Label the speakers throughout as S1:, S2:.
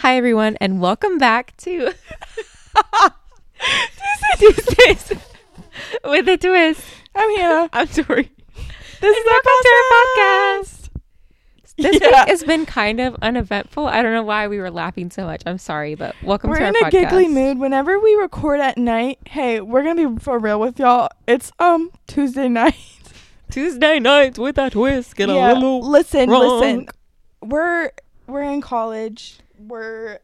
S1: Hi, everyone, and welcome back to Tuesdays with a twist.
S2: I'm Hannah.
S1: I'm sorry.
S2: This is our
S1: Podcast.
S2: podcast.
S1: This
S2: Yeah.
S1: week has been kind of uneventful. I don't know why we were laughing so much. I'm sorry, but welcome
S2: We're
S1: to our
S2: in a
S1: podcast.
S2: giggly mood. Whenever we record at night, hey, we're gonna be for real with y'all. It's um Tuesday night.
S1: Tuesday nights with a twist. Get
S2: Yeah.
S1: a little.
S2: listen,
S1: drunk.
S2: listen. We're we're in college. We're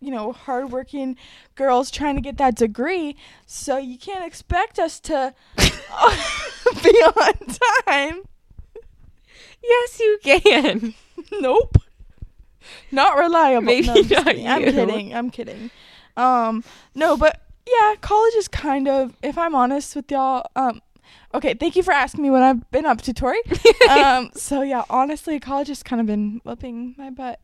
S2: you know hardworking girls trying to get that degree. So you can't expect us to be on time.
S1: Yes, you can.
S2: Nope. Not reliable.
S1: Maybe
S2: No, I'm, just
S1: not
S2: kidding. I'm
S1: you.
S2: kidding. I'm kidding. Um, no, but yeah, college is kind of. If I'm honest with y'all, um, okay, thank you for asking me what I've been up to, Tori. um, so yeah, honestly, college has kind of been whipping my butt.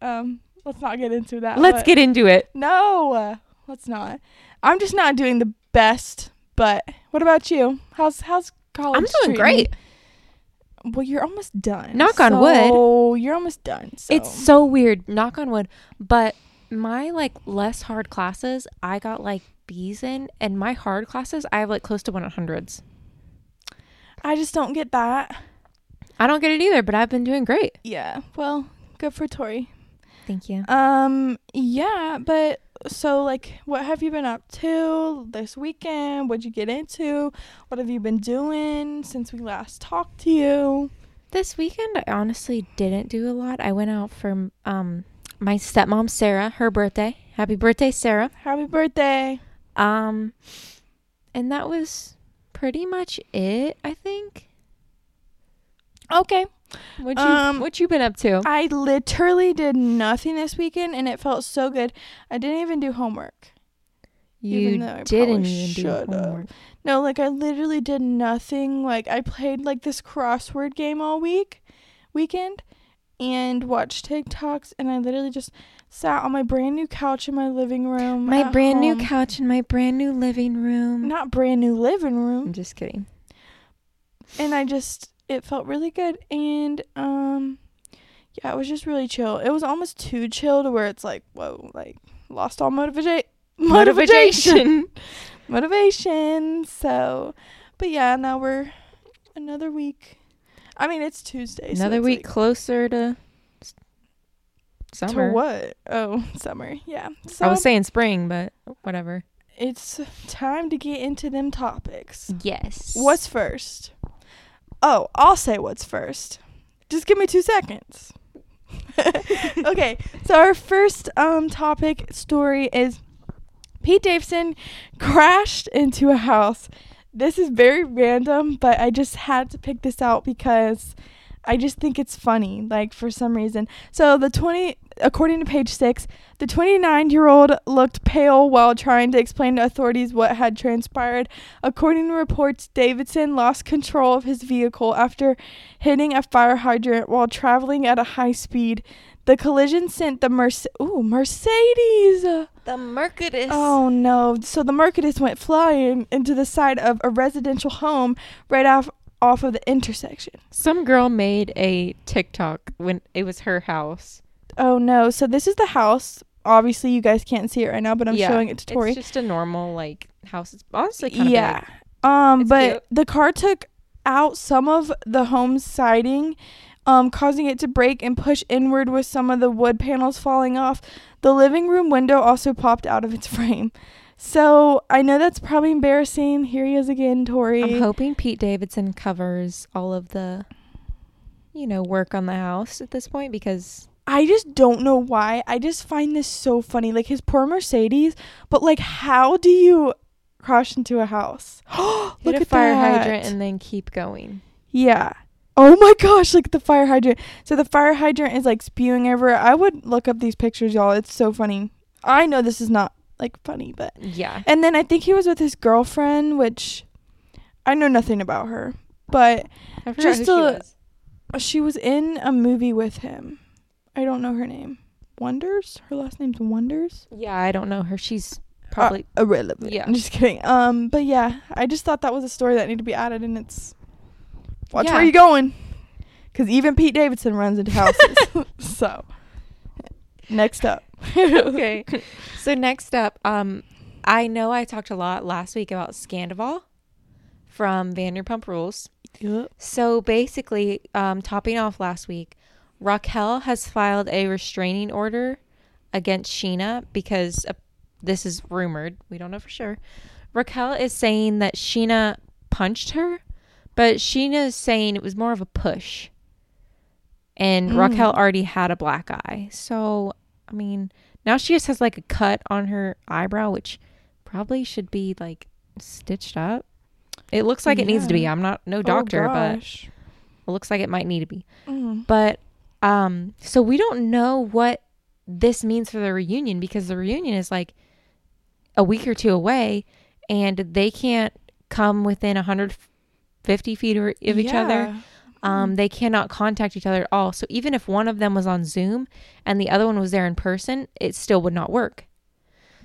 S2: Um, let's not get into that.
S1: Let's
S2: but-
S1: get into it.
S2: No, uh, let's not. I'm just not doing the best. But what about you? How's how's college?
S1: I'm doing
S2: treating you?
S1: great.
S2: Well, you're almost done.
S1: Knock on wood.
S2: Oh, you're almost done. So.
S1: It's so weird, knock on wood, but my like less hard classes, I got like B's in, and my hard classes, I have like close to 100s.
S2: I just don't get that.
S1: I don't get it either, but I've been doing great. Uh,
S2: Yeah. Well, good for Tori.
S1: Thank you.
S2: Um. Yeah. But so, like, what have you been up to this weekend? What'd you get into? What have you been doing since we last talked to you?
S1: This weekend, I honestly didn't do a lot. I went out for um my stepmom Sarah, her birthday. Happy birthday, Sarah.
S2: Happy birthday.
S1: Um, and that was pretty much it. I think.
S2: Okay.
S1: What you
S2: Um,
S1: what you been up to?
S2: I literally did nothing this weekend, and it felt so good. I didn't even do homework. even
S1: you
S2: though I probably
S1: didn't even do
S2: should have.
S1: homework.
S2: No, like I literally did nothing. Like I played like this crossword game all week, weekend, and watched TikToks. And I literally just sat on my brand new couch in my living room.
S1: My
S2: at
S1: brand new mm.
S2: home.
S1: couch in my brand new living room.
S2: not brand new living
S1: I'm
S2: room.
S1: just kidding. Mm.
S2: And I just it felt really good. And um, yeah, it was just really chill. It was almost too chill to where it's like whoa, like lost all motivation. Motivation. motivation. So, but yeah, now we're another week. I mean, it's Tuesday. so
S1: Another
S2: it's
S1: week closer to s-
S2: like,
S1: summer.
S2: To what? Oh, summer. Yeah. So
S1: I was saying spring, but whatever.
S2: it's time to get into them topics.
S1: Yes.
S2: What's first? Oh, I'll say what's first. Just give me two seconds. okay, so our first um topic story is Pete Davidson crashed into a house. This is very random, but I just had to pick this out because I just think it's funny, like for some reason. So the twenty according to page six, the twenty nine year old looked pale while trying to explain to authorities what had transpired. According to reports, Davidson lost control of his vehicle after hitting a fire hydrant while traveling at a high speed. The collision sent the Merce- ooh, Mercedes.
S1: the Mercatus?
S2: Oh no. So the Mercedes went flying into the side of a residential home right off off of the intersection.
S1: Some girl made a TikTok when it was her house.
S2: Oh no. So this is the house. Obviously, you guys can't see it right now, but I'm
S1: Yeah,
S2: showing it to Tori.
S1: It's just a normal like house. It's honestly kind of
S2: yeah. Um,
S1: It's
S2: but
S1: cute.
S2: the car took out some of the home's siding, um, causing it to break and push inward with some of the wood panels falling off. The living room window also popped out of its frame. So I know that's probably embarrassing. Here he is again, Tori.
S1: I'm hoping Pete Davidson covers all of the, you know, work on the house at this point because
S2: I just don't know why. I just find this so funny. Like his poor Mercedes, but like, how do you crash into a house?
S1: hit
S2: Look
S1: a
S2: at
S1: fire
S2: that.
S1: hydrant and then keep going.
S2: Yeah. Oh my gosh, look at the fire hydrant. So the fire hydrant is like spewing everywhere. I would look up these pictures, y'all. It's so funny. I know this is not like funny, but.
S1: Yeah.
S2: And then I think he was with his girlfriend, which I know nothing about her, but
S1: I forgot
S2: Just
S1: who she
S2: a-
S1: was.
S2: she was in a movie with him. I don't know her name. Wonders? Her last name's Wonders?
S1: Yeah, I don't know her. She's probably
S2: Uh, irrelevant.
S1: Yeah.
S2: I'm just kidding. Um, but yeah, I just thought that was a story that needed to be added, and it's watch
S1: Yeah.
S2: where you going, because even Pete Davidson runs into houses. so next up,
S1: okay. So next up, um, I know I talked a lot last week about Scandival from Vanderpump Rules.
S2: Yep.
S1: So basically, um, topping off last week, Raquel has filed a restraining order against Sheena because uh, this is rumored. We don't know for sure. Raquel is saying that Sheena punched her, but Sheena is saying it was more of a push. And
S2: Mm.
S1: Raquel already had a black eye. So, I mean, now she just has like a cut on her eyebrow, which probably should be like stitched up. It looks like it needs to be.
S2: Yeah.
S1: I'm not no
S2: Oh,
S1: doctor, but
S2: gosh.
S1: it looks like it might need to be.
S2: Mm.
S1: But um so we don't know what this means for the reunion because the reunion is like a week or two away and they can't come within 150 feet or- of each other.
S2: Yeah. Mm-hmm.
S1: Um they cannot contact each other at all. So even if one of them was on Zoom and the other one was there in person, it still would not work.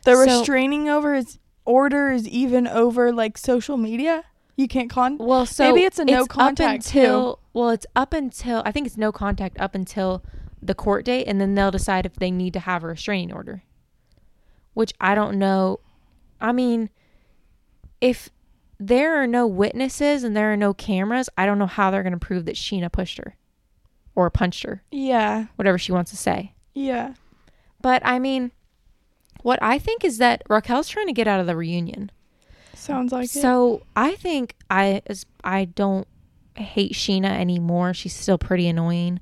S2: The
S1: So-
S2: restraining over is order is even over like social media. You can't con.
S1: Well, so
S2: Maybe it's a no
S1: up
S2: contact, too.
S1: until well, it's up until I think it's no contact up until the court date, and then they'll decide if they need to have a restraining order. Which I don't know. I mean, if there are no witnesses and there are no cameras, I don't know how they're going to prove that Sheena pushed her or punched her,
S2: Yeah.
S1: whatever she wants to say.
S2: Yeah.
S1: But I mean, what I think is that Raquel's trying to get out of the reunion.
S2: Sounds like it.
S1: So I think I as- I don't hate Sheena anymore. She's still pretty annoying,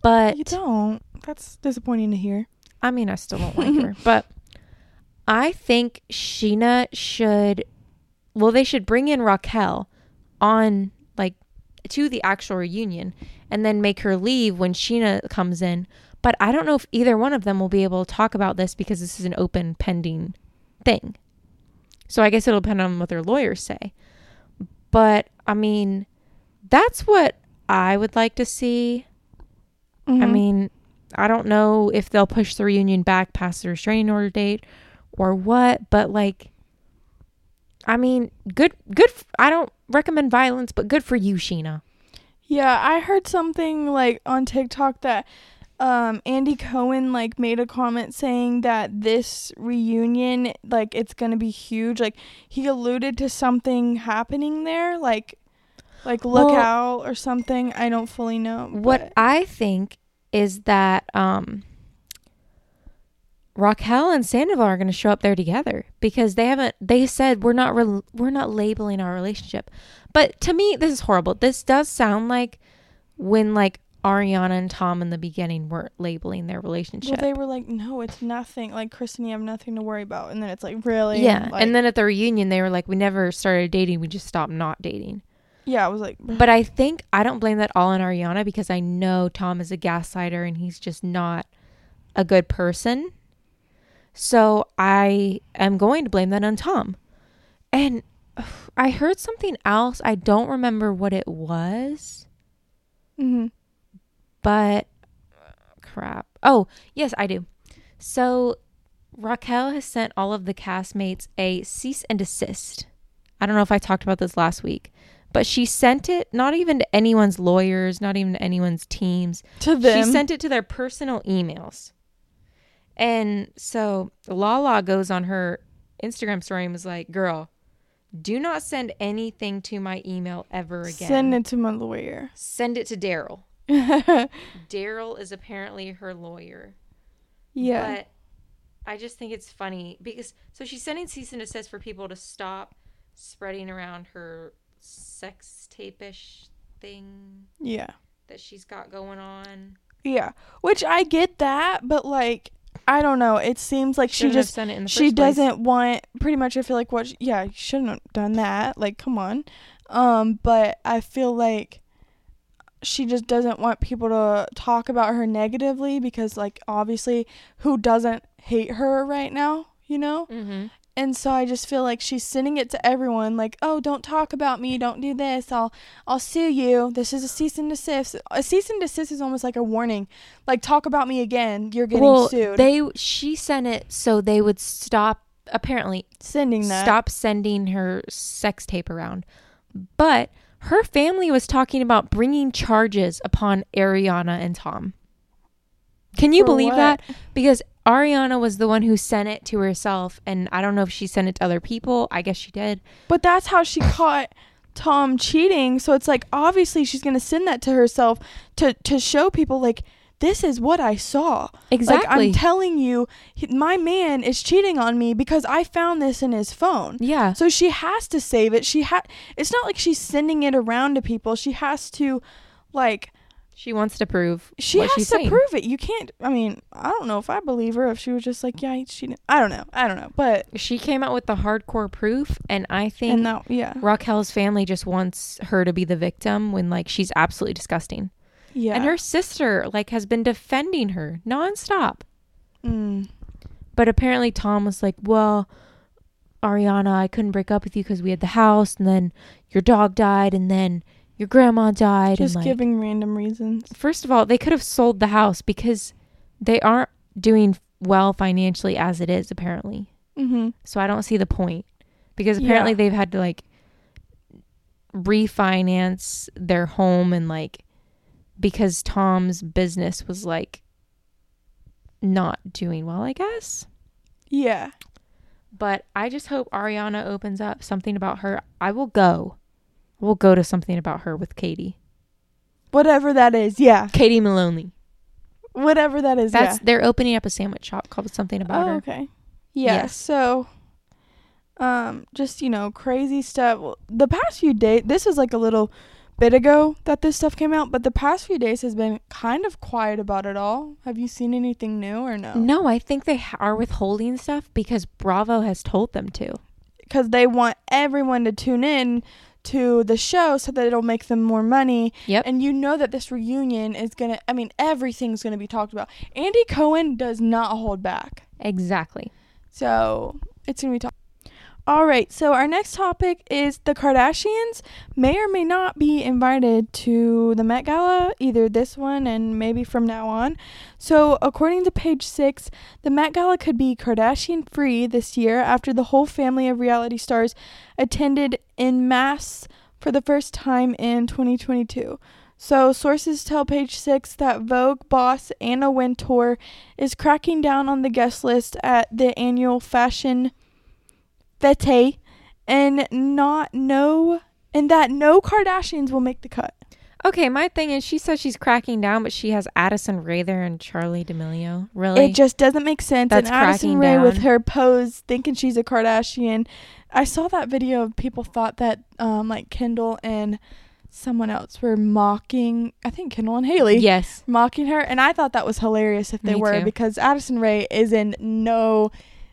S1: but
S2: You don't. That's disappointing to hear.
S1: I mean I still don't like her. But I think Sheena should. Well, they should bring in Raquel on like to the actual reunion, and then make her leave when Sheena comes in. But I don't know if either one of them will be able to talk about this because this is an open pending thing. So I guess it'll depend on what their lawyers say. But I mean, that's what I would like to see. I
S2: Mhm.
S1: mean, I don't know if they'll push the reunion back past the restraining order date or what, but like, I mean, good, good. F- I don't recommend violence, but good for you, Sheena.
S2: Yeah, I heard something like on TikTok that um Andy Cohen like made a comment saying that this reunion like it's going to be huge. Like he alluded to something happening there like like look
S1: Well-
S2: out or something. I don't fully know.
S1: What I think is that um, Raquel and Sandoval are going to show up there together because they haven't. They said we're not rel we're not labeling our relationship. But to me, this is horrible. This does sound like when like Ariana and Tom in the beginning weren't labeling their
S2: Well,
S1: relationship.
S2: they were like, no, it's nothing. Like, Chris and you have nothing to worry about. And then it's like, really?
S1: yeah,
S2: Like-
S1: and then at the reunion, they were like, "We never started dating. We just stopped not dating."
S2: yeah, I was like,
S1: But I think I don't blame that all on Ariana because I know Tom is a gaslighter and he's just not a good person. So I am going to blame that on Tom. And ugh, I heard something else. I don't remember what it was,
S2: mm-hmm.
S1: but uh, crap. Oh, yes, I do. So Raquel has sent all of the castmates a cease and desist. I don't know if I talked about this last week, but she sent it not even to anyone's lawyers, not even to anyone's teams.
S2: to them.
S1: She sent it to their personal emails. And so Lala goes on her Instagram story and was like, Girl, do not send anything to my email ever again.
S2: Send it to my lawyer.
S1: Send it to Daryl. Daryl is apparently her lawyer.
S2: yeah.
S1: But I just think it's funny because so she's sending cease and desist for people to stop spreading around her sex tape ish thing
S2: yeah.
S1: that she's got going on.
S2: Yeah. Which I get that, but like, I don't know. It seems like she
S1: Shouldn't have
S2: just.
S1: sent it in the
S2: She
S1: first place.
S2: doesn't want pretty much I feel like what she, yeah, you shouldn't have done that. Like come on. Um but I feel like she just doesn't want people to talk about her negatively because like obviously who doesn't hate her right now, you know?
S1: Mm-hmm.
S2: and so I just feel like she's sending it to everyone, like, "Oh, don't talk about me. Don't do this. I'll, I'll sue you. This is a cease and desist. A cease and desist is almost like a warning, like talk about me again. You're getting
S1: well,
S2: sued.
S1: they she sent it so they would stop apparently
S2: Sending that.
S1: stop sending her sex tape around. But her family was talking about bringing charges upon Ariana and Tom. Can you
S2: For
S1: believe
S2: what?
S1: that? Because Ariana was the one who sent it to herself, and I don't know if she sent it to other people. I guess she did.
S2: But that's how she caught Tom cheating. So it's like obviously she's gonna send that to herself to to show people like this is what I saw. Like I'm telling you, he- my man is cheating on me because I found this in his phone.
S1: yeah.
S2: So she has to save it. She ha- It's not like she's sending it around to people. She has to, like,
S1: She wants to prove.
S2: she
S1: what
S2: has
S1: she's
S2: to
S1: saying.
S2: prove it. You can't. I mean, I don't know if I believe her. If she was just like, yeah, he cheated. I don't know. I don't know. But
S1: She came out with the hardcore proof, and I think
S2: and that, yeah,
S1: Raquel's family just wants her to be the victim when like she's absolutely disgusting.
S2: yeah.
S1: And her sister like has been defending her nonstop.
S2: Mm.
S1: But apparently Tom was like, "Well, Ariana, I couldn't break up with you because we had the house, and then your dog died, and then your grandma died."
S2: just
S1: and, like,
S2: giving random reasons.
S1: First of all, they could have sold the house because they aren't doing well financially as it is apparently.
S2: Mm-hmm.
S1: So I don't see the point because apparently
S2: Yeah.
S1: they've had to like refinance their home and like because Tom's business was like not doing well, I guess.
S2: Yeah.
S1: But I just hope Ariana opens up something about her. I will go. We'll go to something about her with Katie.
S2: Whatever that is. Yeah.
S1: Katie Maloney.
S2: Whatever that is.
S1: That's
S2: yeah.
S1: they're opening up a sandwich shop called something about
S2: oh,
S1: her.
S2: okay. Yeah.
S1: Yes.
S2: So, um, just you know, crazy stuff. Well, The past few days, this was like a little bit ago that this stuff came out, but the past few days has been kind of quiet about it all. Have you seen anything new or no?
S1: No, I think they ha- are withholding stuff because Bravo has told them to.
S2: Because they want everyone to tune in to the show so that it'll make them more money.
S1: Yep.
S2: And you know that this reunion is gonna. I mean, everything's gonna be talked about. Andy Cohen does not hold back.
S1: Exactly.
S2: So it's gonna be top. All right. So our next topic is the Kardashians may or may not be invited to the Met Gala, either this one and maybe from now on. So according to Page Six, the Met Gala could be Kardashian-free this year after the whole family of reality stars attended in mass for the first time in 2022. So sources tell Page Six that Vogue boss Anna Wintour is cracking down on the guest list at the annual fashion fete and not no and that no Kardashians will make the cut.
S1: Okay, my thing is she says she's cracking down, but she has Addison Rae there and Charlie D'Amelio. Really?
S2: It just doesn't make sense.
S1: That's
S2: and
S1: cracking
S2: Addison Rae with
S1: down.
S2: her pose thinking she's a Kardashian. I saw that video of people thought that um like Kendall and someone else were mocking I think Kendall and Haley.
S1: yes.
S2: Mocking her and I thought that was hilarious if they
S1: Me
S2: were
S1: too.
S2: because Addison Rae is in no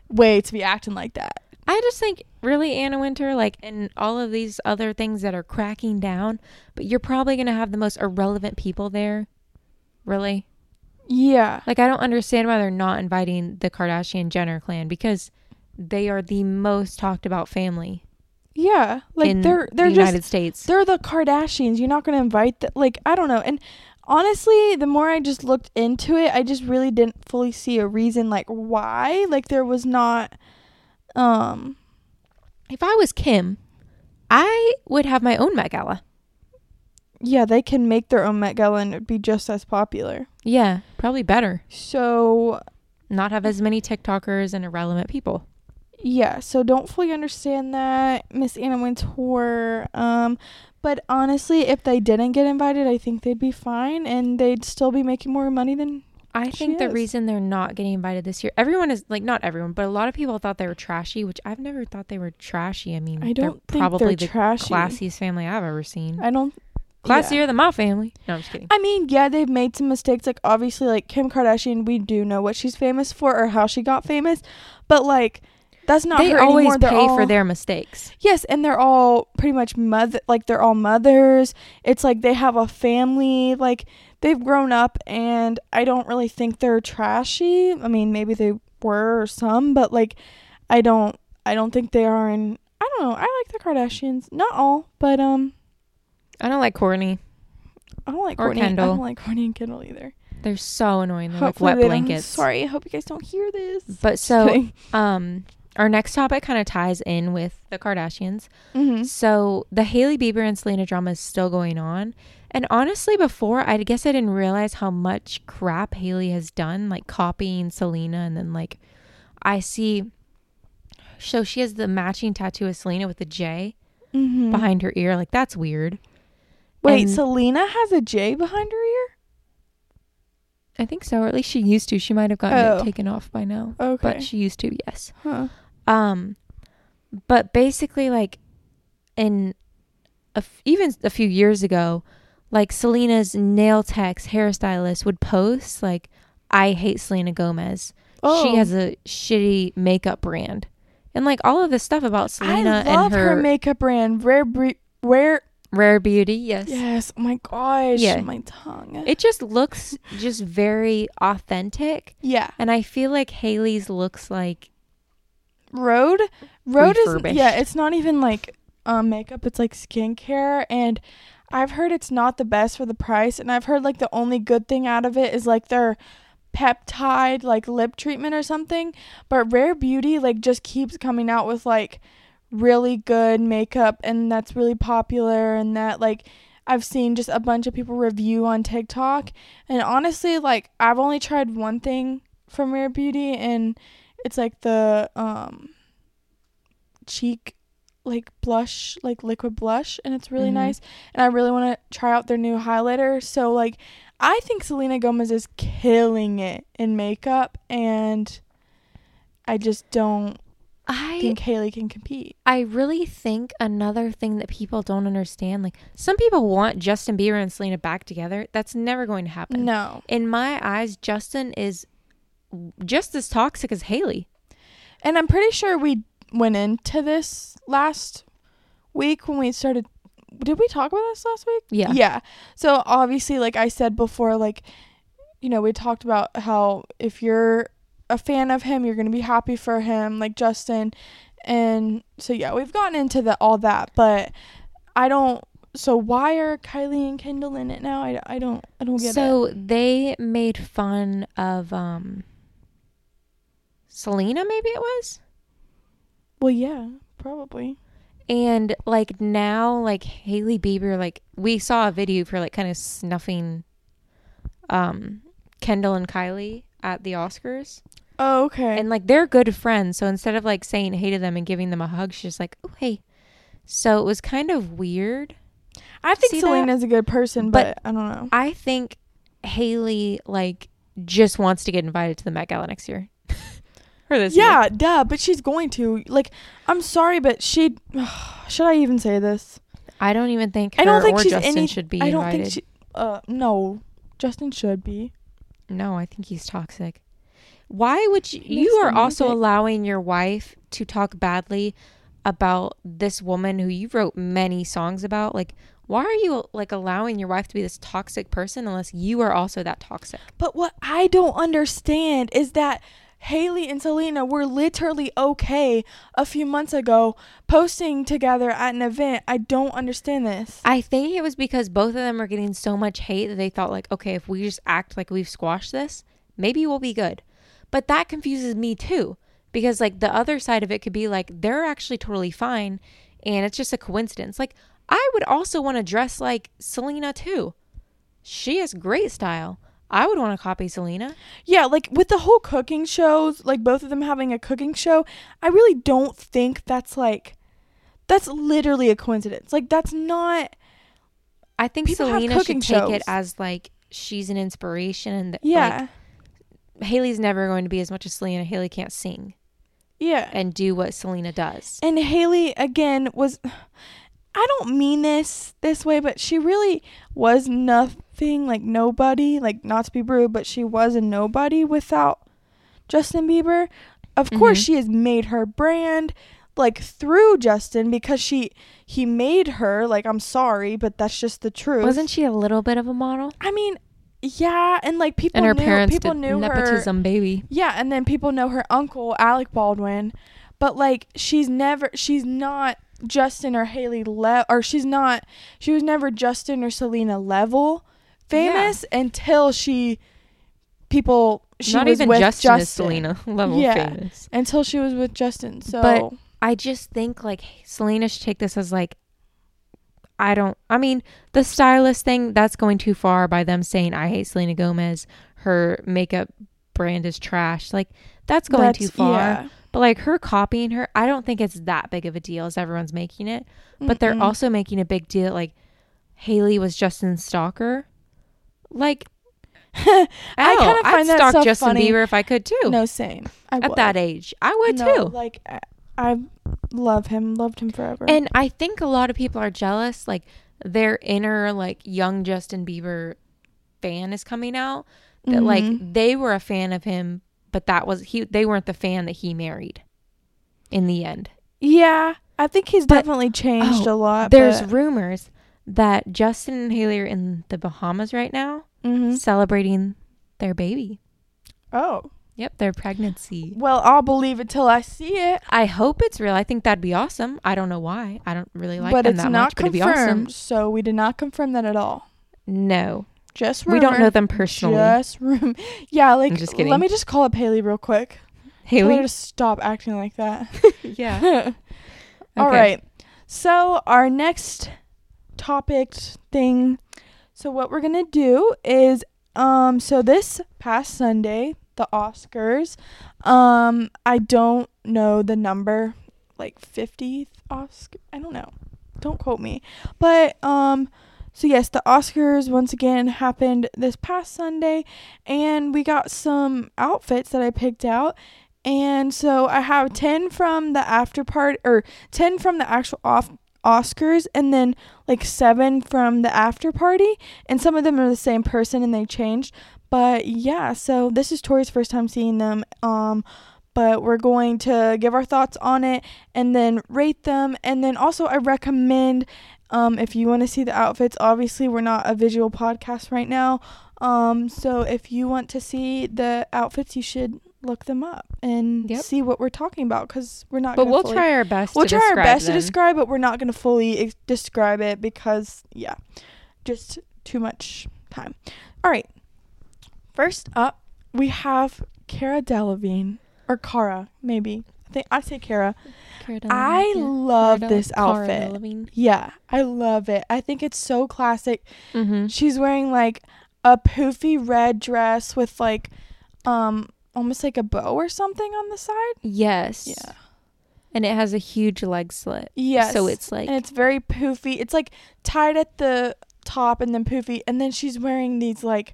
S2: way to be acting like that.
S1: I just think really Anna Winter, like, and all of these other things that are cracking down, but you're probably gonna have the most irrelevant people there. Really?
S2: Yeah.
S1: Like, I don't understand why they're not inviting the Kardashian Jenner clan because they are the most talked about family
S2: Yeah, like
S1: in
S2: they're they're
S1: the
S2: just
S1: United States.
S2: they're the Kardashians. You're not gonna invite that. Like I don't know. And honestly, the more I just looked into it, I just really didn't fully see a reason like why. Like there was not. Um.
S1: If I was Kim, I would have my own Met Gala.
S2: Yeah, they can make their own Met Gala and it'd be just as popular.
S1: Yeah, probably better.
S2: So
S1: Not have as many TikTokers and irrelevant people.
S2: yeah, so don't fully understand that Miss Anna Wintour. Um, but honestly, if they didn't get invited, I think they'd be fine and they'd still be making more money than
S1: I
S2: She
S1: think the
S2: is.
S1: reason they're not getting invited this year, everyone is like not everyone, but a lot of people thought they were trashy, which I've never thought they were trashy. I mean,
S2: I
S1: Mm, they're
S2: don't think
S1: probably the
S2: they're trashy.
S1: classiest family I've ever seen.
S2: I don't.
S1: Classier
S2: yeah.
S1: than my family. No, I'm just kidding.
S2: I mean, yeah, they've made some mistakes. Like, obviously, like Kim Kardashian, we do know what she's famous for or how she got famous, but like, that's not
S1: they
S2: her
S1: always
S2: anymore. They're
S1: pay
S2: all-
S1: for their mistakes.
S2: yes, and they're all pretty much mother. Like, they're all mothers. It's like they have a family. Like, they've grown up, and I don't really think they're trashy. I mean, maybe they were or some, but like, I don't. I don't think they are. In I don't know. I like the Kardashians. Not all, but um,
S1: I don't like Courtney.
S2: I don't like
S1: Or
S2: Kourtney- I
S1: Kendall.
S2: don't like Courtney and Kendall either.
S1: They're so annoying. They're
S2: Hopefully
S1: like
S2: they
S1: wet
S2: don't-
S1: blankets.
S2: Sorry, I hope you guys don't hear this.
S1: But
S2: Just
S1: so
S2: kidding.
S1: Um, our next topic kind of ties in with the Kardashians.
S2: Mm-hmm.
S1: So the Haley Bieber and Selena drama is still going on. And honestly, before I guess I didn't realize how much crap Haley has done, like copying Selena, and then like I see. So she has the matching tattoo of Selena with a J
S2: Mm-hmm.
S1: behind her ear. Like that's weird.
S2: Wait,
S1: and-
S2: Selena has a J behind her ear.
S1: I think so, or at least she used to. She might have gotten
S2: Oh.
S1: it taken off by now,
S2: Okay.
S1: but she used to. Yes.
S2: huh.
S1: Um, but basically, like, in a f- even a few years ago, like Selena's nail techs hairstylist would post like, "I hate Selena Gomez.
S2: Oh,
S1: She has a shitty makeup brand," and like all of this stuff about Selena
S2: I love
S1: and her,
S2: her, makeup brand. Rare, bre- rare.
S1: rare beauty. Yes.
S2: Yes. Oh my gosh.
S1: Yeah.
S2: My tongue.
S1: It just looks just very authentic,
S2: yeah.
S1: and I feel like Haley's looks like
S2: Road. Road is.
S1: Refurbished.
S2: Yeah. It's not even like um makeup. It's like skincare, and I've heard it's not the best for the price. And I've heard like the only good thing out of it is like their peptide like lip treatment or something. But Rare Beauty like just keeps coming out with like really good makeup, and that's really popular, and that like. I've seen just a bunch of people review on TikTok. And honestly, like I've only tried one thing from Rare Beauty and it's like the um cheek like blush, like liquid blush and it's really
S1: Mhm.
S2: nice. And I really want to try out their new highlighter. So like I think Selena Gomez is killing it in makeup and I just don't
S1: I
S2: think Haley can compete.
S1: I really think another thing that people don't understand, like some people want Justin Bieber and Selena back together. That's never going to happen.
S2: No.
S1: In my eyes, Justin is just as toxic as Haley.
S2: And I'm pretty sure we went into this last week when we started. Did we talk about this last week?
S1: Yeah.
S2: Yeah. So obviously, like I said before, like, you know, we talked about how if you're a fan of him, you're going to be happy for him, like Justin. And so, yeah, we've gotten into the, all that, but I don't. So why are Kylie and Kendall in it now? I, I don't I don't get it.
S1: so they made fun of um Selena, maybe it was?
S2: Well, yeah, probably.
S1: And like now, like Haley Bieber, like we saw a video for like kind of snuffing um Kendall and Kylie at the Oscars.
S2: Oh, okay.
S1: and like they're good friends so instead of like saying hey to them and giving them a hug she's just like oh hey so it was kind of weird
S2: I think
S1: see that?
S2: Selena's a good person,
S1: But-
S2: but I don't know.
S1: i think haley like just wants to get invited to the met gala next year or this year.
S2: yeah, duh, but she's going to. Like, I'm sorry, but she. should I even say this?
S1: i don't even think her
S2: I don't think
S1: or
S2: she's
S1: justin
S2: any-
S1: should be
S2: I don't
S1: invited
S2: think she. Uh, no. Justin should be.
S1: no i think he's toxic why would you
S2: He
S1: you
S2: makes
S1: are
S2: them
S1: also
S2: music.
S1: allowing your wife to talk badly about this woman who you wrote many songs about like why are you like allowing your wife to be this toxic person unless you are also that toxic
S2: But what I don't understand is that Haley and Selena were literally okay a few months ago posting together at an event. I don't understand this.
S1: I think it was because both of them were getting so much hate that they thought like, okay, if we just act like we've squashed this, maybe we'll be good. But that confuses me too because like the other side of it could be like they're actually totally fine and it's just a coincidence. Like I would also want to dress like Selena too. She has great style. I would want to copy Selena.
S2: Yeah, like with the whole cooking shows, like both of them having a cooking show, I really don't think that's like that's literally a coincidence. Like that's not
S1: I think
S2: People have
S1: Selena should
S2: cooking
S1: take
S2: shows.
S1: it as like she's an inspiration and that,
S2: yeah.
S1: like, Haley's never going to be as much as Selena. Haley can't sing
S2: yeah.
S1: and do what Selena does.
S2: And Haley again was I don't mean this this way, but she really was nothing, like nobody, like not to be rude, but she was a nobody without Justin Bieber. Of course
S1: Mhm.
S2: she has made her brand like through Justin because she he made her like I'm sorry, but that's just the truth.
S1: Wasn't she a little bit of a model?
S2: I mean, yeah, and like people
S1: And her
S2: knew
S1: parents
S2: people
S1: did
S2: knew her
S1: nepotism baby.
S2: yeah, and then people know her uncle, Alec Baldwin, but like she's never she's not Justin or Haley le or she's not she was never Justin or Selena level famous until she people she
S1: Not
S2: was
S1: even
S2: with
S1: Justin,
S2: Justin
S1: is Selena level
S2: Yeah.
S1: famous.
S2: until she was with Justin. So
S1: I just think like Selena should take this as like I don't I mean, the stylist thing, that's going too far by them saying I hate Selena Gomez, her makeup brand is trash. Like that's going
S2: that's-
S1: too far.
S2: yeah.
S1: But like her copying her, I don't think it's that big of a deal as everyone's making it. But they're
S2: Mm-mm.
S1: also making a big deal like Haley was Justin's stalker. Like
S2: I
S1: ow,
S2: kinda
S1: Oh, I'd
S2: find that
S1: stalk
S2: stuff
S1: Justin
S2: funny.
S1: Bieber if I could too.
S2: no same. I
S1: at
S2: would.
S1: that age, I would
S2: No,
S1: too.
S2: Like I, I love him, loved him forever.
S1: And I think a lot of people are jealous. Like their inner like young Justin Bieber fan is coming out. That
S2: Mhm.
S1: like they were a fan of him, but that was he. They weren't the fan that he married. In the end,
S2: yeah, I think he's
S1: But-
S2: definitely changed
S1: oh,
S2: a lot.
S1: there's
S2: Uh, but,
S1: rumors that Justin and Haley are in the Bahamas right now,
S2: Mhm.
S1: celebrating their baby.
S2: oh
S1: Yep, their pregnancy.
S2: well, I'll believe it till I see it.
S1: I hope it's real. I think that'd be awesome. I don't know why. I don't really like
S2: but
S1: them
S2: it's
S1: that
S2: not
S1: much, but it'd be awesome.
S2: confirmed, so we did not confirm that at all.
S1: No,
S2: Just
S1: we don't
S2: rumor,
S1: know them personally.
S2: Just room. Yeah, like
S1: just
S2: let
S1: kidding.
S2: me just call up Haley real quick. Tell her
S1: Haley,
S2: to stop acting like that.
S1: yeah.
S2: All
S1: Okay.
S2: right. So our next topic thing. So what we're gonna do is um so this past Sunday, the Oscars, um, I don't know the number, like fiftieth Oscar I don't know. Don't quote me. But um so yes, the Oscars once again happened this past Sunday and we got some outfits that I picked out and so I have 10 from the after part or 10 from the actual off Oscars and then like 7 from the after party and some of them are the same person and they changed but yeah so this is Tori's first time seeing them um but we're going to give our thoughts on it and then rate them and then also I recommend um if you want to see the outfits obviously we're not a visual podcast right now um so if you want to see the outfits you should look them up and
S1: Yep.
S2: see what we're talking about cuz we're not
S1: But
S2: gonna
S1: we'll
S2: fully-
S1: try our best.
S2: we'll
S1: to
S2: try our
S1: describe
S2: best to
S1: them.
S2: describe it. We're not going to fully ex- describe it because, yeah, just too much time. All right. First up, we have Cara Delevingne or Cara, maybe. I think I say Cara.
S1: Cara
S2: I
S1: Delevingne.
S2: love
S1: Cara Del-
S2: this
S1: Cara
S2: outfit.
S1: Delevingne.
S2: Yeah, I love it. I think it's so classic.
S1: Mhm.
S2: She's wearing like a poofy red dress with like um almost like a bow or something on the side.
S1: Yes.
S2: Yeah.
S1: And it has a huge leg slit.
S2: Yes.
S1: So it's like
S2: and it's very poofy. It's like tied at the top and then poofy, and then she's wearing these like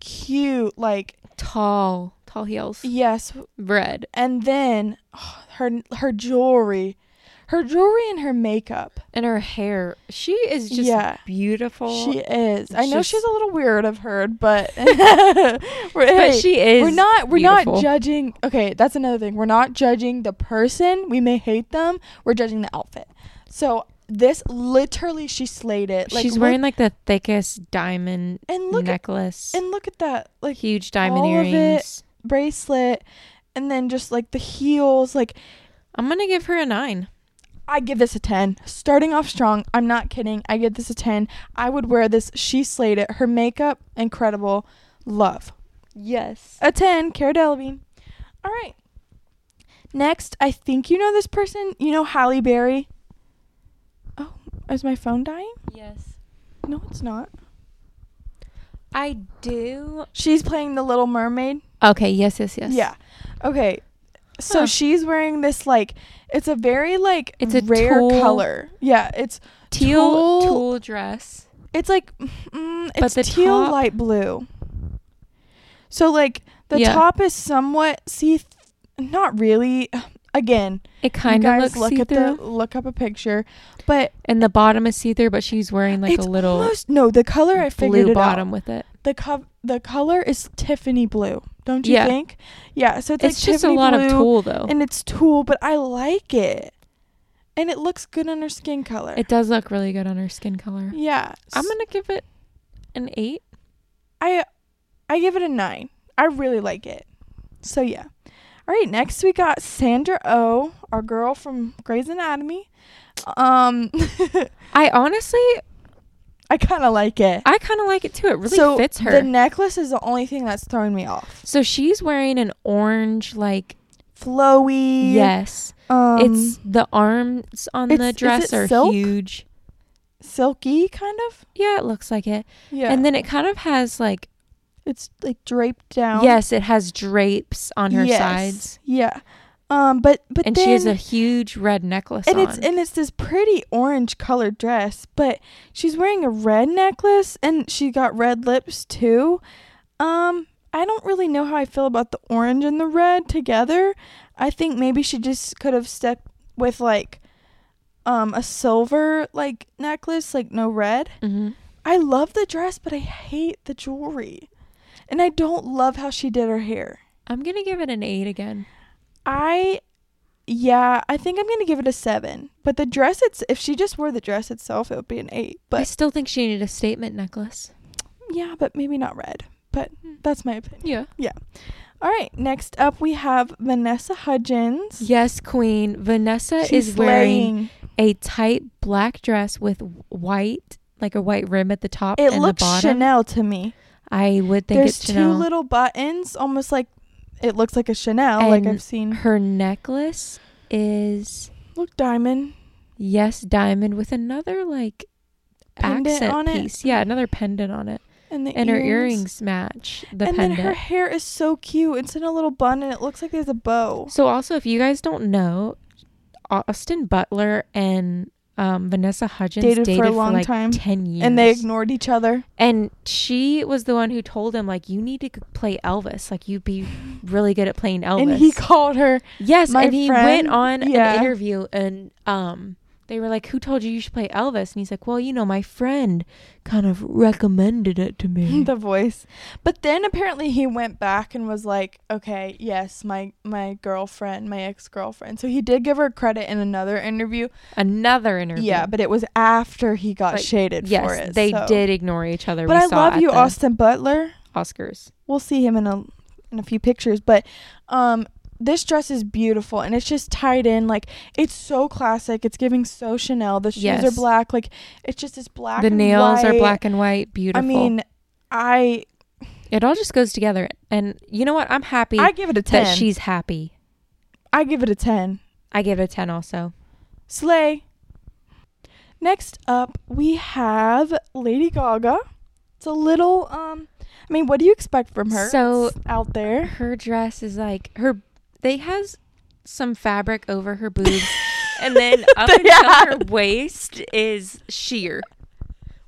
S2: cute, like
S1: tall, tall heels.
S2: yes,
S1: Red.
S2: and then oh, her her jewelry, her jewelry and her makeup.
S1: And her hair. She is just
S2: Yeah.
S1: beautiful.
S2: She is. I know
S1: just-
S2: she's a little weird. I've heard, but we're,
S1: but
S2: hey,
S1: she is.
S2: we're not we're
S1: beautiful.
S2: not judging. Okay, that's another thing. We're not judging the person. We may hate them. We're judging the outfit. So. This literally, she slayed it. Like,
S1: She's
S2: look-
S1: wearing like the thickest diamond
S2: and look
S1: necklace.
S2: And look at that, like
S1: huge diamond
S2: all of it.
S1: earrings.
S2: bracelet, and then just like the heels. Like
S1: I'm gonna give her a nine.
S2: I give this a ten. Starting off strong. I'm not kidding. I give this a ten. I would wear this. She slayed it. Her makeup, incredible. Love.
S1: Yes.
S2: A ten. Cara Delevingne. All right. Next, I think you know this person. You know Halle Berry. Oh, is my phone dying?
S1: Yes.
S2: No, it's not.
S1: I do.
S2: She's playing the Little Mermaid.
S1: Okay. Yes. Yes. Yes.
S2: Yeah. Okay. So
S1: Huh.
S2: she's wearing this like it's a very like
S1: It's a
S2: rare
S1: tulle-
S2: color. Yeah, it's
S1: Teal
S2: Tulle-
S1: tulle dress.
S2: it's like mm,
S1: But
S2: it's
S1: the
S2: teal
S1: top-
S2: light blue. So like the
S1: Yeah.
S2: top is somewhat see th- not really again.
S1: It
S2: You
S1: kind of
S2: guys
S1: looks
S2: look
S1: see
S2: at
S1: through,
S2: the look up a picture, but
S1: and the bottom is see through, but she's wearing like
S2: it's
S1: a little
S2: almost no, the color I figured
S1: Oh. blue
S2: it
S1: bottom
S2: out.
S1: with it.
S2: The co- the color is Tiffany blue. Don't you
S1: Yeah.
S2: think? Yeah, so it's,
S1: It's,
S2: like
S1: just a
S2: Tiffany
S1: lot
S2: blue,
S1: of tulle though.
S2: and it's tulle, but I like it, and it looks good on her skin color.
S1: It does look really good on her skin color.
S2: yeah,
S1: I'm gonna give it an eight.
S2: I I give it a nine. I really like it. So yeah. All right, next we got Sandra O, oh, our girl from Grey's Anatomy. Um,
S1: I honestly,
S2: I kind of like it.
S1: I kind of like it too. It really
S2: so
S1: fits her.
S2: The necklace is the only thing that's throwing me off.
S1: so she's wearing an orange, like
S2: Flowy.
S1: yes,
S2: Mm-hmm. Um,
S1: it's the arms on
S2: it's-
S1: the
S2: is
S1: dress
S2: it
S1: are
S2: silk?
S1: huge.
S2: silky, kind of.
S1: Yeah, it looks like it.
S2: Yeah.
S1: And then it kind of has like
S2: it's like draped down.
S1: yes, it has drapes on her
S2: Yes.
S1: sides,
S2: Yeah. Um. But but
S1: and
S2: then,
S1: she has a huge red necklace
S2: and
S1: on.
S2: it's and it's this pretty orange colored dress, but she's wearing a red necklace and she got red lips too. Um, I don't really know how I feel about the orange and the red together. I think maybe she just could have stuck with like um a silver like necklace, like no red.
S1: Mhm.
S2: I love the dress, but I hate the jewelry. And I don't love how she did her hair.
S1: I'm gonna give it an eight again.
S2: I yeah, I think I'm gonna give it a seven. But the dress it's if she just wore the dress itself, it would be an eight.
S1: I
S2: But
S1: still think she needed a statement necklace.
S2: yeah, but maybe not red. But
S1: Hmm.
S2: that's my opinion.
S1: Yeah.
S2: All right, next up we have Vanessa Hudgens.
S1: Yes, Queen Vanessa
S2: She's
S1: is wearing
S2: slaying.
S1: a tight black dress with white, like a white rim at the top
S2: It
S1: and
S2: looks
S1: the bottom.
S2: Chanel to me.
S1: I would think
S2: There's
S1: it's
S2: two
S1: Chanel.
S2: little buttons, almost like it looks like a Chanel, like
S1: And
S2: I've seen.
S1: Her necklace is
S2: Look, diamond.
S1: yes diamond with another like
S2: Pendant
S1: accent
S2: on it.
S1: piece. Yeah, another pendant on it,
S2: And the
S1: and her
S2: earrings.
S1: earrings match the
S2: and
S1: pendant.
S2: then her hair is so cute. It's in a little bun, and it looks like there's a bow.
S1: So also, if you guys don't know, Austin Butler and um, Vanessa Hudgens
S2: Dated
S1: dated,
S2: for a long
S1: like
S2: time,
S1: ten years,
S2: And they ignored each other.
S1: And she was the one who told him, like, you need to c- play Elvis. Like, you'd be really good at playing Elvis.
S2: And he called her.
S1: yes,
S2: my
S1: and he
S2: friend-
S1: went on
S2: yeah.
S1: an interview, and um, they were like, "Who told you you should play Elvis?" And he's like, "Well, you know, my friend kind of recommended it to me."
S2: the voice. But then apparently he went back and was like, "Okay, yes, my my girlfriend, my ex-girlfriend." So he did give her credit in another interview.
S1: Another interview.
S2: Yeah, but it was after he got
S1: Like,
S2: shaded for
S1: yes,
S2: it.
S1: they
S2: so-
S1: did ignore each other.
S2: But
S1: We
S2: I
S1: saw
S2: love
S1: at
S2: you,
S1: the
S2: Austin Butler.
S1: Oscars.
S2: We'll see him in a in a few pictures, but um this dress is beautiful and it's just tied in like it's so classic. It's giving so Chanel. The shoes
S1: Yes.
S2: are black. Like it's just this black.
S1: the
S2: and
S1: nails are
S2: white.
S1: black and white. Beautiful.
S2: I mean, I
S1: it all just goes together. And you know what? I'm happy
S2: I give it a ten.
S1: that she's happy.
S2: I give it a 10.
S1: I give it a ten. Also,
S2: Slay. Next up, we have Lady Gaga. It's a little um I mean, what do you expect from her?
S1: So-
S2: It's out there.
S1: her dress is like her they has some fabric over her boobs and then up
S2: They
S1: until her
S2: had-
S1: waist is sheer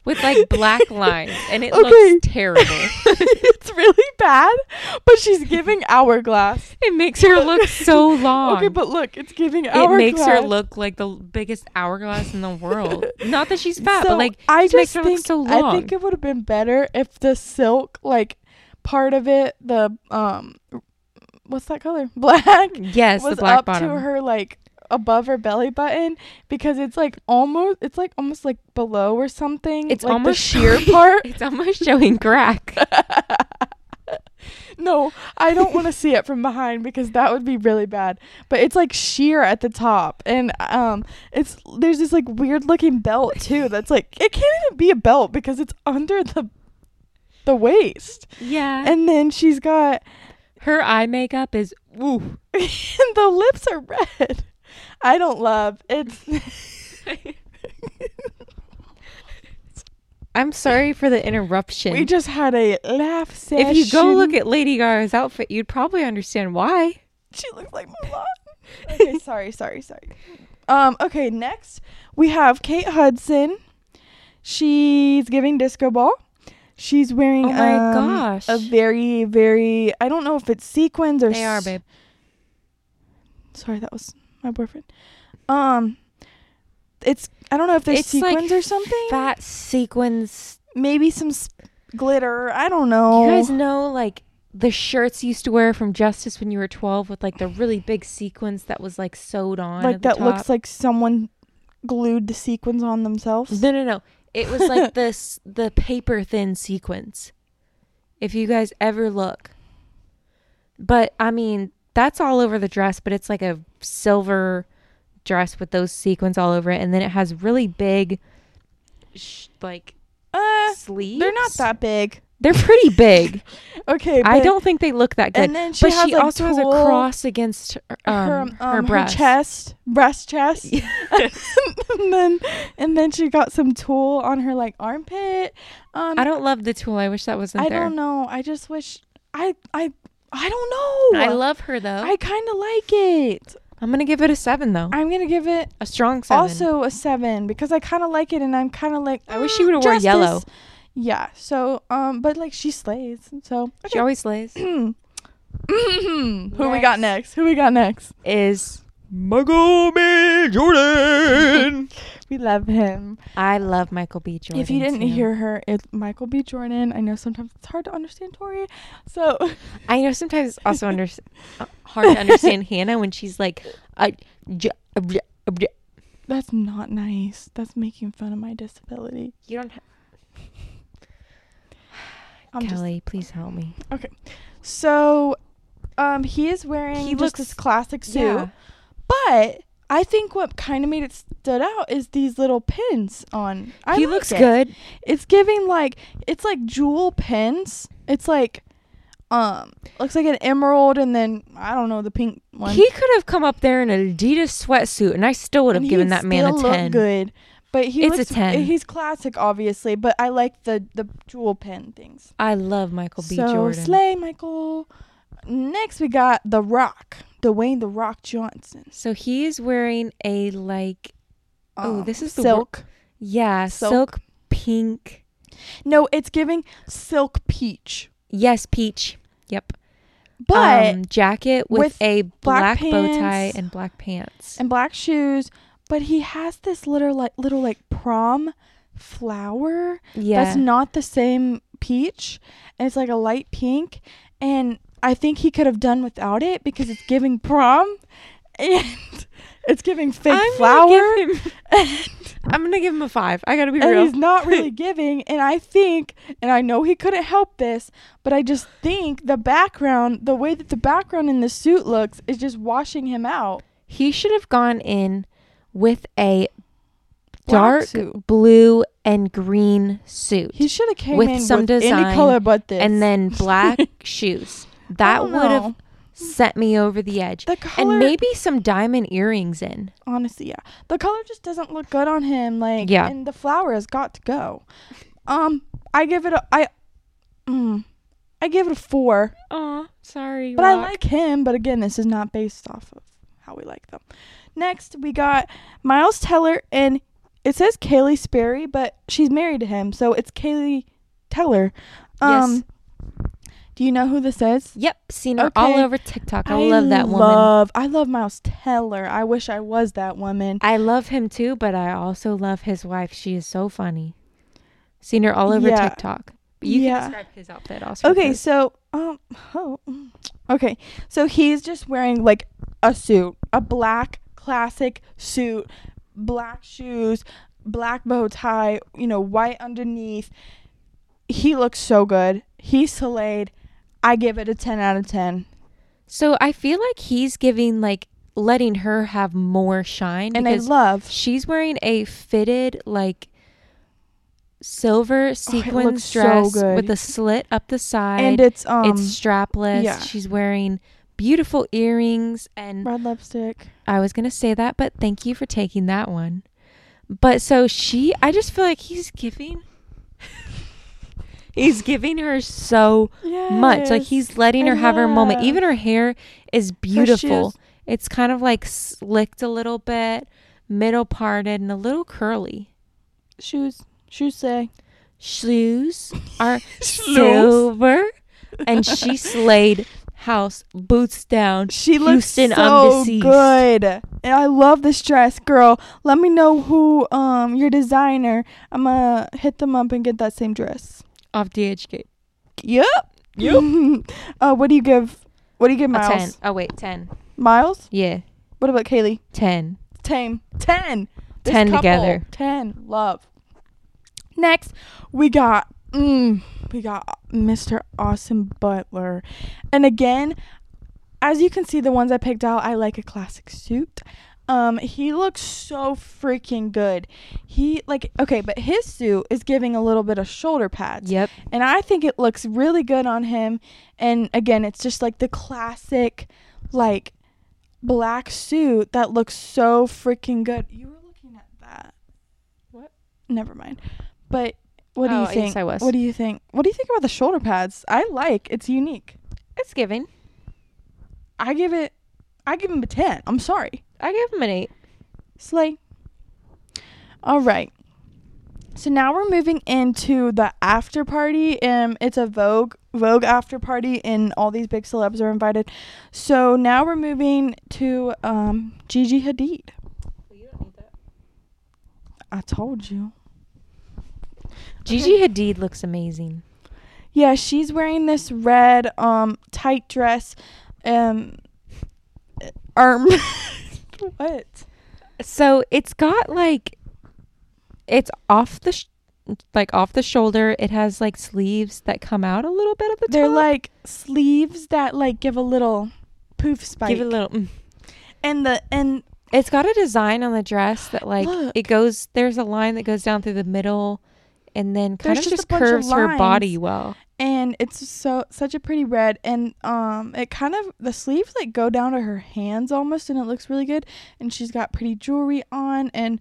S1: with like black lines and it
S2: Okay.
S1: looks terrible
S2: it's really bad, but she's giving hourglass.
S1: it makes her look so long
S2: Okay, but look, it's giving
S1: it
S2: hourglass.
S1: makes her look like the biggest hourglass in the world not that she's fat
S2: So,
S1: but like
S2: I
S1: just makes
S2: just
S1: her
S2: think
S1: look so
S2: I
S1: long
S2: think it would have been better if the silk like part of it, the um what's that color? Black.
S1: yes the
S2: was
S1: black
S2: up
S1: bottom
S2: to her like above her belly button because it's like almost it's like almost like below or something.
S1: it's
S2: like the
S1: almost
S2: sheer part.
S1: it's almost showing crack
S2: No, I don't want to see it from behind because that would be really bad. But it's like sheer at the top, and um, it's there's this like weird looking belt too. That's like it can't even be a belt because it's under the the waist.
S1: yeah and
S2: And then she's got
S1: her eye makeup is ooh
S2: and the lips are red. I don't love it's.
S1: I'm sorry for the interruption.
S2: We just had a laugh session.
S1: if you go look at Lady Gaga's outfit, you'd probably understand why.
S2: she looks like Mulan. okay, sorry, sorry, sorry. Um, okay, next we have Kate Hudson. She's giving disco ball. She's wearing
S1: Oh my
S2: um,
S1: gosh.
S2: a very, very I don't know if it's sequins or
S1: They are,
S2: s-
S1: babe.
S2: Sorry, that was my boyfriend. Um, it's I don't know if there's
S1: It's like
S2: sequins or something.
S1: Fat sequins.
S2: Maybe some s- glitter. I don't know.
S1: You guys know, like, the shirts you used to wear from Justice when you were 12 with, like, the really big sequins that was, like, sewed on.
S2: like
S1: at the
S2: that looks
S1: top?
S2: like someone glued the sequins on themselves.
S1: No, no, no. It was like this the paper thin sequins. If you guys ever look. But I mean, that's all over the dress, but it's like a silver dress with those sequins all over it and then it has really big sh- like
S2: Um,
S1: sleeves.
S2: They're not that big.
S1: They're pretty big.
S2: Okay,
S1: I
S2: but
S1: don't think they look that good.
S2: And then she
S1: but
S2: has,
S1: she
S2: like,
S1: also has a
S2: tulle-
S1: cross against her, um,
S2: her,
S1: her,
S2: um, her
S1: breast.
S2: chest, breast chest.
S1: Yeah.
S2: and then and then she got some tulle on her like armpit. Um
S1: I don't love the tool. I wish that wasn't
S2: I
S1: there.
S2: don't know. I just wish I I I don't know.
S1: I love her though.
S2: I kind of like it.
S1: I'm gonna give it a seven though.
S2: I'm gonna give it
S1: A strong seven.
S2: also a seven because I kind of like it, and I'm kind of like
S1: I wish
S2: "Mm,
S1: she would've wore
S2: justice."
S1: yellow.
S2: Yeah. So um, but like she slays. So
S1: she always slays.
S2: Who we got next? Who we got next?
S1: Is Michael B. Jordan.
S2: We love him.
S1: I love Michael B. Jordan.
S2: if you didn't
S1: too.
S2: hear her, it's Michael B. Jordan. I know sometimes it's hard to understand Tori. So
S1: I know sometimes also under uh, hard to understand Hannah when she's like, I, j- uh, j- uh, j-
S2: that's not nice. That's making fun of my disability.
S1: you don't. Ha-
S2: I'm just-
S1: Kelly, please help me.
S2: okay. So, um, he is wearing
S1: He
S2: just
S1: looks-
S2: this classic suit, but. I think what kind of made it stood out is these little pins on. I
S1: he
S2: like
S1: looks
S2: it.
S1: good.
S2: It's giving like it's like jewel pins. It's like um looks like an emerald and then I don't know the pink one.
S1: He could have come up there in an Adidas sweatsuit, and I still would have
S2: And
S1: given
S2: he'd
S1: that man a
S2: still look
S1: ten.
S2: Good, but he
S1: It's a
S2: looks,
S1: 10.
S2: He's classic, obviously, but I like the the jewel pin things.
S1: I love Michael B.
S2: so
S1: Jordan.
S2: slay, Michael. Next we got the Rock, Dwayne the Rock Johnson.
S1: so he is wearing a like, Oh,
S2: Um,
S1: this is the wor-
S2: silk.
S1: yeah,
S2: Silk.
S1: silk pink.
S2: no, it's giving silk peach,
S1: Yes, peach. Yep.
S2: but
S1: um, jacket with,
S2: with
S1: a black, bow tie
S2: pants.
S1: and black pants.
S2: and black shoes. But he has this little like little like prom flower
S1: yeah.
S2: that's not the same peach and it's like a light pink and i think he could have done without it because it's giving prom and it's giving fake flower
S1: Gonna give him, I'm gonna give him a five. I gotta be
S2: and
S1: real.
S2: he's not really giving and i think and i know he couldn't help this but i just think the background the way that the background in the suit looks is just washing him out
S1: He should have gone in with a
S2: Black
S1: dark
S2: suit.
S1: blue and green suit,
S2: he should have came
S1: With
S2: in
S1: some
S2: with any
S1: design
S2: color but this
S1: and then black shoes. That
S2: don't
S1: would have
S2: know.
S1: sent me over the edge.
S2: Oh, the color
S1: and maybe some diamond earrings in.
S2: honestly, yeah. The color just doesn't look good on him. Like,
S1: Yeah.
S2: And the flower has got to go. Um, I give it a I, mm, I give it a four.
S1: Oh, sorry.
S2: But I like him. But again, this is not based off of how we like them. Next, we got Miles Teller, and it says Kaylee Sperry, but she's married to him, so it's Kaylee Teller. Um, Do you know who this is?
S1: Yep, seen her all
S2: Okay.
S1: over TikTok. I, love that woman.
S2: love- I love Miles Teller. I wish I was that woman.
S1: I love him too, but I also love his wife. She is so funny. Seen her all over
S2: Yeah.
S1: TikTok. But you
S2: Yeah.
S1: can describe his outfit also.
S2: Okay,
S1: first.
S2: so um, oh, mm. okay, so he's just wearing like a suit, a black classic suit, black shoes, black bow tie, you know, white underneath. He looks so good. He slayed. I give it a ten out of ten,
S1: so I feel like he's giving like letting her have more shine
S2: and I
S1: because
S2: love.
S1: she's wearing a fitted like silver sequin
S2: Oh, looks so
S1: dress
S2: good.
S1: with a slit up the side.
S2: And it's um,
S1: it's strapless.
S2: yeah.
S1: She's wearing beautiful earrings and
S2: red lipstick.
S1: I was going to say that, but thank you for taking that one. But so she, I just feel like he's giving. he's giving her so
S2: Yeah,
S1: much. Like he's letting
S2: I
S1: her have her moment.
S2: love.
S1: Even her hair is beautiful.
S2: shoes.
S1: It's kind of like slicked a little bit, middle parted, and a little curly.
S2: shoes. Shoes say
S1: Shoes are
S2: Shoes.
S1: silver. And she slayed house, boots down.
S2: She looks
S1: Houston, I'm
S2: so
S1: deceased.
S2: good. And I love this dress, girl. Let me know who um your designer. I'm gonna hit them up and get that same dress.
S1: Off DHgate.
S2: Yep. Yep. uh, what do you give? What do you give
S1: A
S2: Miles?
S1: 10. Oh, wait, 10.
S2: Miles?
S1: Yeah,
S2: What about Kaylee?
S1: 10.
S2: Tame. Ten. This
S1: 10
S2: couple.
S1: together.
S2: Ten. Love. Next, we got mm, we got Mr. Austin Butler, and again, as you can see, the ones I picked out, I like a classic suit. Um, he looks so freaking good. He like okay, but his suit is giving a little bit of shoulder pads.
S1: Yep.
S2: And I think it looks really good on him. And again, it's just like the classic, like black suit that looks so freaking good. You were looking at that.
S1: What?
S2: Never mind. But what do
S1: Oh,
S2: you
S1: yes,
S2: think?
S1: I was.
S2: What do you think? What do you think about the shoulder pads? I like. It's unique.
S1: It's giving.
S2: I give it. I give him a ten. I'm sorry.
S1: I gave him an eight.
S2: Slay. All right. So now we're moving into the after party. Um, it's a Vogue Vogue after party, and all these big celebs are invited. So now we're moving to um, Gigi Hadid.
S1: you don't need that.
S2: I told you.
S1: Gigi Hadid looks amazing.
S2: Yeah, she's wearing this red um tight dress, um, arm. what?
S1: So it's got like, it's off the, sh- like off the shoulder. It has like sleeves that come out a little bit at the
S2: They're
S1: top.
S2: like sleeves that like give a little poof spike.
S1: give it a little. mm.
S2: and the and
S1: It's got a design on the dress that like
S2: Look.
S1: it goes. There's a line that goes down through the middle, and then kind
S2: There's
S1: of
S2: just a
S1: just
S2: bunch of
S1: curves her
S2: lines.
S1: body well.
S2: and it's so such a pretty red and um it kind of the sleeves like go down to her hands almost and it looks really good and she's got pretty jewelry on and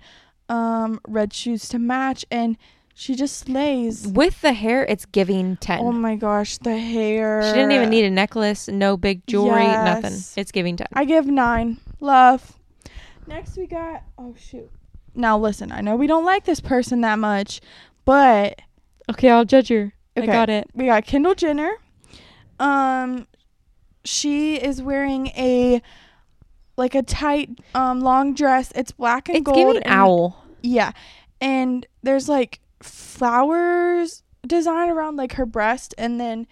S2: um red shoes to match and she just slays
S1: With the hair, it's giving ten.
S2: oh my gosh the hair
S1: she didn't even need a necklace, no big jewelry, nothing.
S2: Yes.
S1: It's giving ten.
S2: I give nine. Love. Next we got oh shoot. Now listen, I know we don't like this person that much, but
S1: okay, I'll judge her.
S2: Okay.
S1: I got it.
S2: we got Kendall Jenner. Um she is wearing a like a tight um long dress. It's black and
S1: It's
S2: gold.
S1: giving
S2: and-
S1: owl.
S2: Yeah. And there's like flowers design around like her breast and then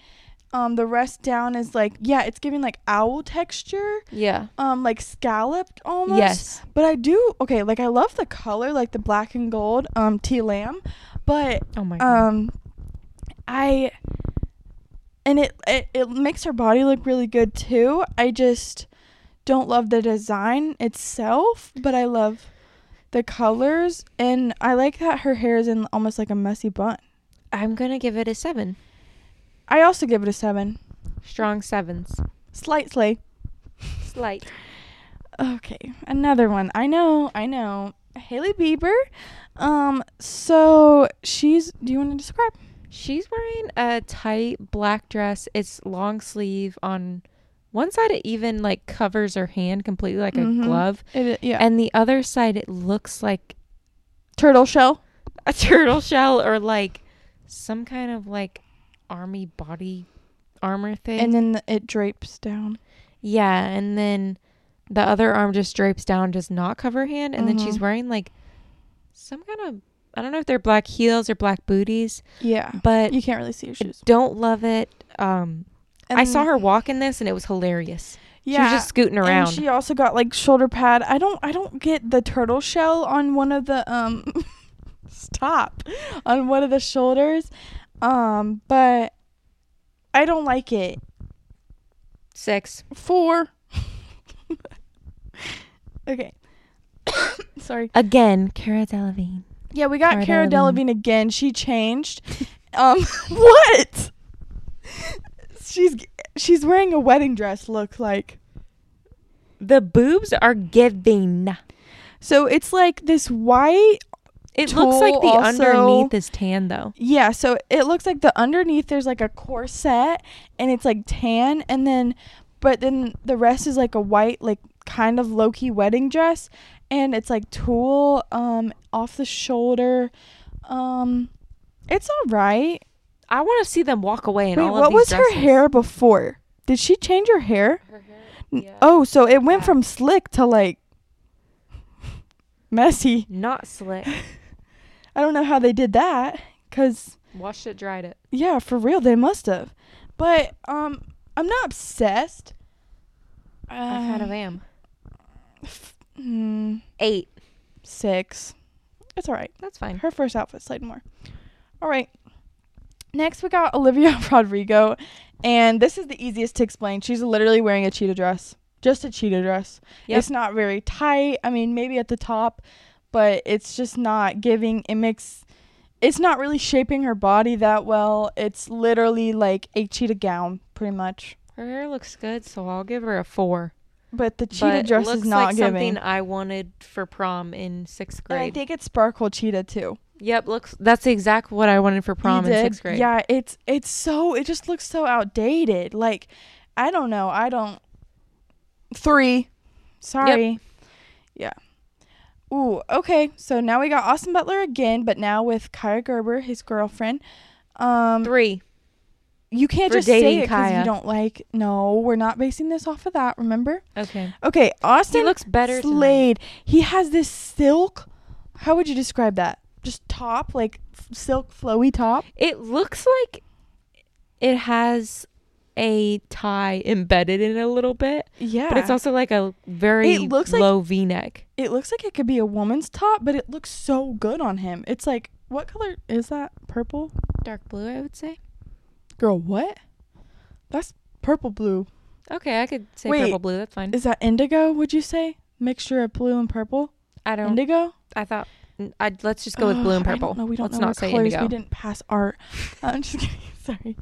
S2: um the rest down is like yeah, it's giving like owl texture.
S1: Yeah.
S2: Um like scalloped almost.
S1: Yes.
S2: But I do okay, like I love the color, like the black and gold, um, tea lamb. But
S1: Oh my god.
S2: um I and it, it it makes her body look really good too. I just don't love the design itself, but I love the colors and I like that her hair is in almost like a messy bun.
S1: I'm gonna give it a seven.
S2: I also give it a seven.
S1: Strong sevens.
S2: Slightly.
S1: Slight.
S2: Okay, another one. I know, I know. Haley Bieber. Um, so she's. Do you want to describe?
S1: She's wearing a tight black dress. It's long sleeve on one side. It even like covers her hand completely, like
S2: Mhm.
S1: a glove,
S2: It, yeah.
S1: and the other side it looks like
S2: turtle shell.
S1: a turtle shell or like some kind of like army body armor thing.
S2: And then the, it drapes down.
S1: yeah, and then the other arm just drapes down, does not cover her hand, and then she's
S2: Mhm.
S1: wearing like some kind of I don't know if they're black heels or black booties,
S2: Yeah.
S1: but
S2: You can't really see her shoes.
S1: don't love it. Um, I saw
S2: And-
S1: her walk in this and it was hilarious.
S2: Yeah.
S1: She was just scooting around.
S2: And she also got like shoulder pad. I don't. I don't get the turtle shell on one of the um. stop, on one of the shoulders, um. But I don't like it.
S1: Six.
S2: Four. okay. Sorry.
S1: Again, Cara Delevingne.
S2: Yeah, we got
S1: Cara
S2: Cara
S1: Delevingne.
S2: Delevingne again. She changed. um, what? She's she's wearing a wedding dress. Look like.
S1: The boobs are giving.
S2: So it's like this white.
S1: It looks like the
S2: Tulle also-
S1: underneath is tan though.
S2: Yeah, so it looks like the underneath there's like a corset and it's like tan and then but then the rest is like a white like kind of low key wedding dress and it's like tulle um off the shoulder. Um it's all right.
S1: I want to see them walk away in
S2: Wait,
S1: all
S2: what
S1: of these
S2: was
S1: dresses.
S2: her hair before? Did she change her hair?
S1: Her hair.
S2: N- Oh, so it went
S1: Yeah.
S2: from slick to like messy.
S1: Not slick.
S2: I don't know how they did that cuz
S1: Washed it, dried it.
S2: Yeah, for real, they must have. But um, I'm not obsessed. Uh,
S1: I kind of am.
S2: mm,
S1: Eight.
S2: six. It's all right.
S1: That's fine.
S2: Her first outfit slightly more. All right. Next, we got Olivia Rodrigo, and this is the easiest to explain. She's literally wearing a cheetah dress. just a cheetah dress.
S1: Yep.
S2: It's not very tight. I mean, maybe at the top, but it's just not giving. It makes. It's not really shaping her body that well. It's literally like a cheetah gown, pretty much.
S1: Her hair looks good, so I'll give her a four.
S2: But the cheetah
S1: But
S2: dress
S1: looks
S2: is not
S1: like
S2: giving.
S1: something I wanted for prom in sixth
S2: And
S1: grade.
S2: I think it's sparkle cheetah too.
S1: yep, looks that's exact what I wanted for
S2: You
S1: prom in
S2: did?
S1: sixth grade.
S2: Yeah, it's it's so it just looks so outdated. Like, I don't know. I don't. Three, sorry. Yeah. Ooh. Okay. So now we got Austin Butler again, but now with Kaya Gerber, his girlfriend. Um,
S1: Three.
S2: you can't
S1: for
S2: just say
S1: dating
S2: it because you
S1: Kaya.
S2: don't like. No, we're not basing this off of that. Remember?
S1: Okay.
S2: Okay.
S1: He
S2: Austin
S1: looks better tonight.
S2: Slade. He has this silk. How would you describe that? Just top, like f- silk flowy top.
S1: It looks like it has a tie embedded in it a little bit,
S2: Yeah.
S1: but it's also like a very
S2: It looks like-
S1: low V-neck.
S2: it looks like it could be a woman's top, but it looks so good on him. It's like, what color is that? Purple?
S1: Dark blue, I would say.
S2: Girl, what? That's purple blue.
S1: Okay, I could say
S2: Wait.
S1: purple blue. That's fine.
S2: Is that indigo, would you say? Mixture of blue and purple?
S1: I don't.
S2: Indigo?
S1: I thought. I let's just go with blue and purple.
S2: No, we don't
S1: let's
S2: know
S1: not
S2: what
S1: say
S2: colors.
S1: indigo.
S2: We didn't pass art. I'm just kidding. Sorry.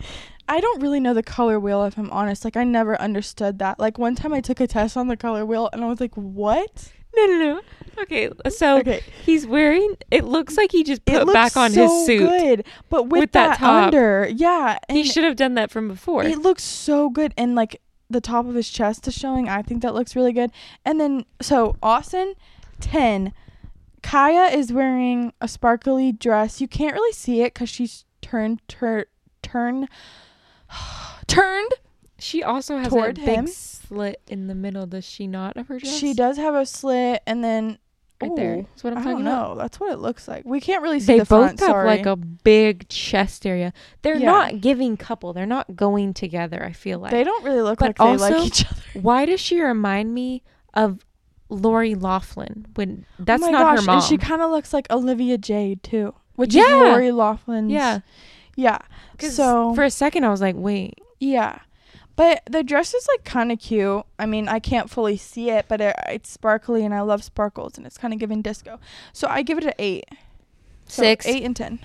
S2: I don't really know the color wheel, if I'm honest. Like, I never understood that. Like, one time I took a test on the color wheel, and I was like, what?
S1: No, no, no. Okay, so
S2: Okay.
S1: he's wearing. It looks like he just
S2: it
S1: Oh, put
S2: looks
S1: back on
S2: so
S1: his suit.
S2: good, but with,
S1: With
S2: that,
S1: that top.
S2: under, yeah,
S1: He
S2: and-
S1: should have done that from before.
S2: It looks so good, and like the top of his chest is showing. I think that looks really good. And then so Austin, ten. Kaya is wearing a sparkly dress. You can't really see it because she's turned, tur- turned, turned.
S1: she also has a
S2: Toward
S1: big
S2: him?
S1: slit in the middle. Does she not of her dress?
S2: She does have a slit, and then
S1: Right there.
S2: Ooh,
S1: That's what I'm
S2: I
S1: talking
S2: don't
S1: about.
S2: know. That's what it looks like. We can't really see
S1: They
S2: the
S1: both
S2: front.
S1: have
S2: sorry.
S1: like a big chest area. They're
S2: Yeah.
S1: not giving couple. They're not going together. I feel like.
S2: they don't really look like
S1: but
S2: they like
S1: also-
S2: each other.
S1: Why does she remind me of Lori Laughlin when that's
S2: oh my
S1: not
S2: gosh,
S1: her mom?
S2: And she kind of looks like Olivia Jade too, which
S1: Yeah.
S2: is Lori Laughlin's.
S1: yeah.
S2: Yeah.
S1: 'Cause
S2: So
S1: for a second, I was like, wait.
S2: yeah, but the dress is like kind of cute. I mean, I can't fully see it, but it, it's sparkly, and I love sparkles, and it's kind of giving disco. So I give it an eight. So
S1: six,
S2: eight, and ten.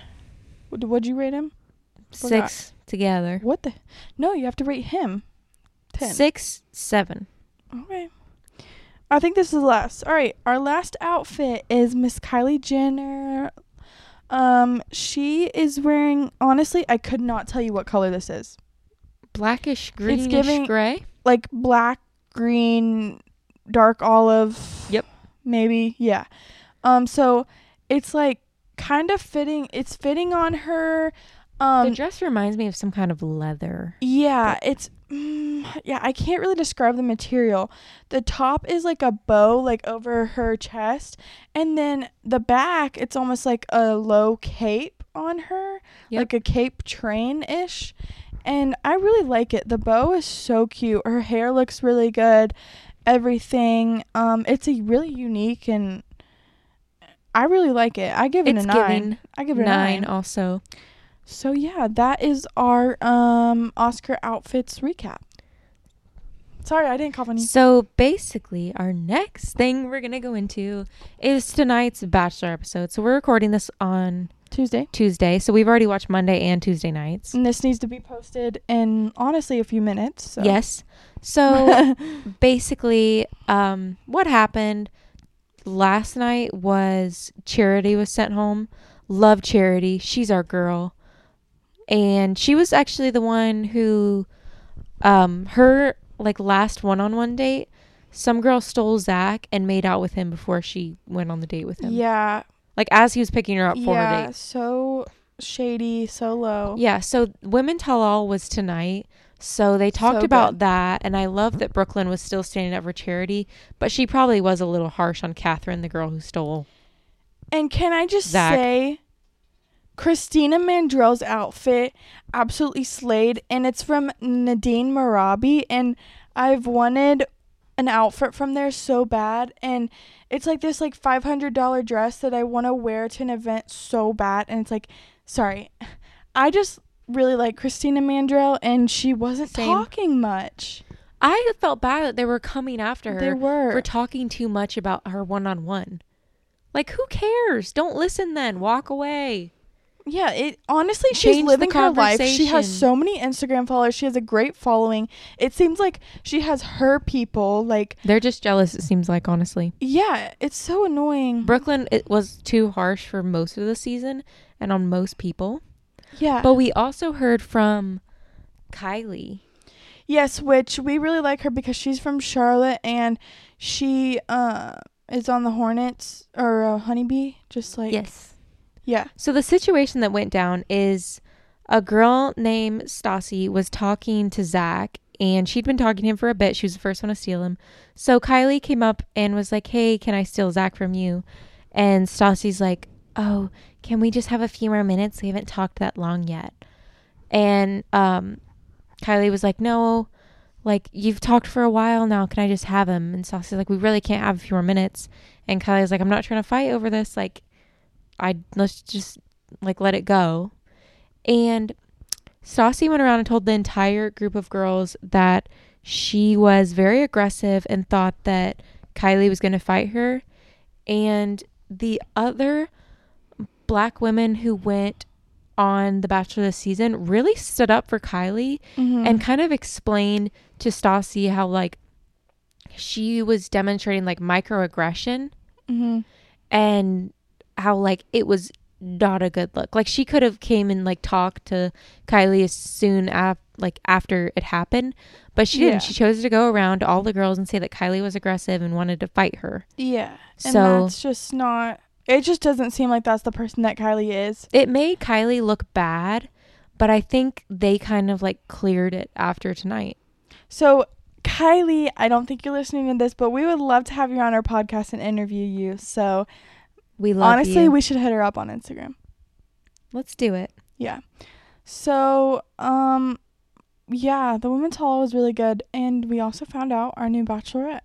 S2: What would you rate him? forgot.
S1: six together.
S2: What the? No, you have to rate him. Ten.
S1: Six, seven.
S2: Okay. I think this is the last. All right, our last outfit is Miss Kylie Jenner. Um, she is wearing. Honestly, I could not tell you what color this is.
S1: Blackish, greenish,
S2: giving-
S1: gray.
S2: like black, green, dark olive.
S1: Yep.
S2: Maybe. Yeah. Um so it's like kind of fitting it's fitting on her um
S1: the dress reminds me of some kind of leather.
S2: yeah, it's mm, yeah, I can't really describe the material. The top is like a bow like over her chest and then the back it's almost like a low cape on her,
S1: Yep.
S2: like a cape train-ish. And I really like it. The bow is so cute. Her hair looks really good. Everything um it's a really unique and I really like it. I give it
S1: It's
S2: a 9.
S1: giving
S2: I give it a 9.
S1: Nine, also.
S2: So yeah, that is our um Oscar outfits recap. Sorry, I didn't call on you.
S1: So basically, our next thing we're going to go into is tonight's Bachelor episode. So we're recording this on
S2: Tuesday.
S1: Tuesday. So we've already watched Monday and Tuesday nights.
S2: And this needs to be posted in honestly a few minutes. So.
S1: Yes. So basically, um, what happened last night was Charity was sent home. Love Charity. She's our girl. And she was actually the one who, um, her like last one on one date, some girl stole Zach and made out with him before she went on the date with him.
S2: yeah.
S1: Like as he was picking her up for her
S2: Yeah.
S1: date.
S2: So shady, so low.
S1: Yeah. So Women Tell All was tonight. So they talked
S2: So
S1: about
S2: good.
S1: that. And I love that Brooklyn was still standing up for charity, but she probably was a little harsh on Catherine, the girl who stole.
S2: And can I just
S1: Zach.
S2: say, Christina Mandrell's outfit absolutely slayed, and it's from Nadine Marabi, and I've wanted an outfit from there so bad, and it's like this like five hundred dollar dress that I want to wear to an event so bad, and it's like, sorry, I just really like Christina Mandrell, and she wasn't
S1: Same.
S2: talking much.
S1: I felt bad that they were coming after her
S2: They were.
S1: for talking too much about her one on one. Like, who cares? Don't listen then. Walk away.
S2: Yeah, it honestly she's
S1: Change the
S2: living her life. She has
S1: conversation.
S2: so many Instagram followers. She has a great following. It seems like she has her people like
S1: They're just jealous, it seems like, honestly.
S2: yeah, it's so annoying.
S1: Brooklyn it was too harsh for most of the season and on most people.
S2: yeah.
S1: But we also heard from Kylie.
S2: yes, which we really like her because she's from Charlotte and she uh is on the Hornets or uh, Honeybee just like
S1: yes.
S2: Yeah.
S1: So the situation that went down is a girl named Stassi was talking to Zach and she'd been talking to him for a bit. She was the first one to steal him. So Kylie came up and was like, Hey, can I steal Zach from you? And Stassi's like, Oh, can we just have a few more minutes? We haven't talked that long yet. And um Kylie was like, No, like you've talked for a while now. Can I just have him? And Stassi's like, We really can't have a few more minutes. And Kylie's like, I'm not trying to fight over this. Like, I let's just like let it go. And Stassi went around and told the entire group of girls that she was very aggressive and thought that Kylie was going to fight her. And the other black women who went on The Bachelor this season really stood up for Kylie
S2: Mhm.
S1: and kind of explained to Stassi how like she was demonstrating like microaggression
S2: Mhm.
S1: and how like it was not a good look. Like she could have came and like talked to Kylie as soon af- like after it happened, but she didn't.
S2: Yeah.
S1: She chose to go around to all the girls and say that Kylie was aggressive and wanted to fight her.
S2: Yeah. And
S1: So-
S2: that's just not it just doesn't seem like that's the person that Kylie is.
S1: It made Kylie look bad, but I think they kind of like cleared it after tonight.
S2: So, Kylie, I don't think you're listening to this, but we would love to have you on our podcast and interview you. So,
S1: We love
S2: honestly,
S1: you.
S2: we should hit her up on Instagram.
S1: Let's do it.
S2: Yeah. So, um, yeah, the women's hall was really good, and we also found out our new bachelorette,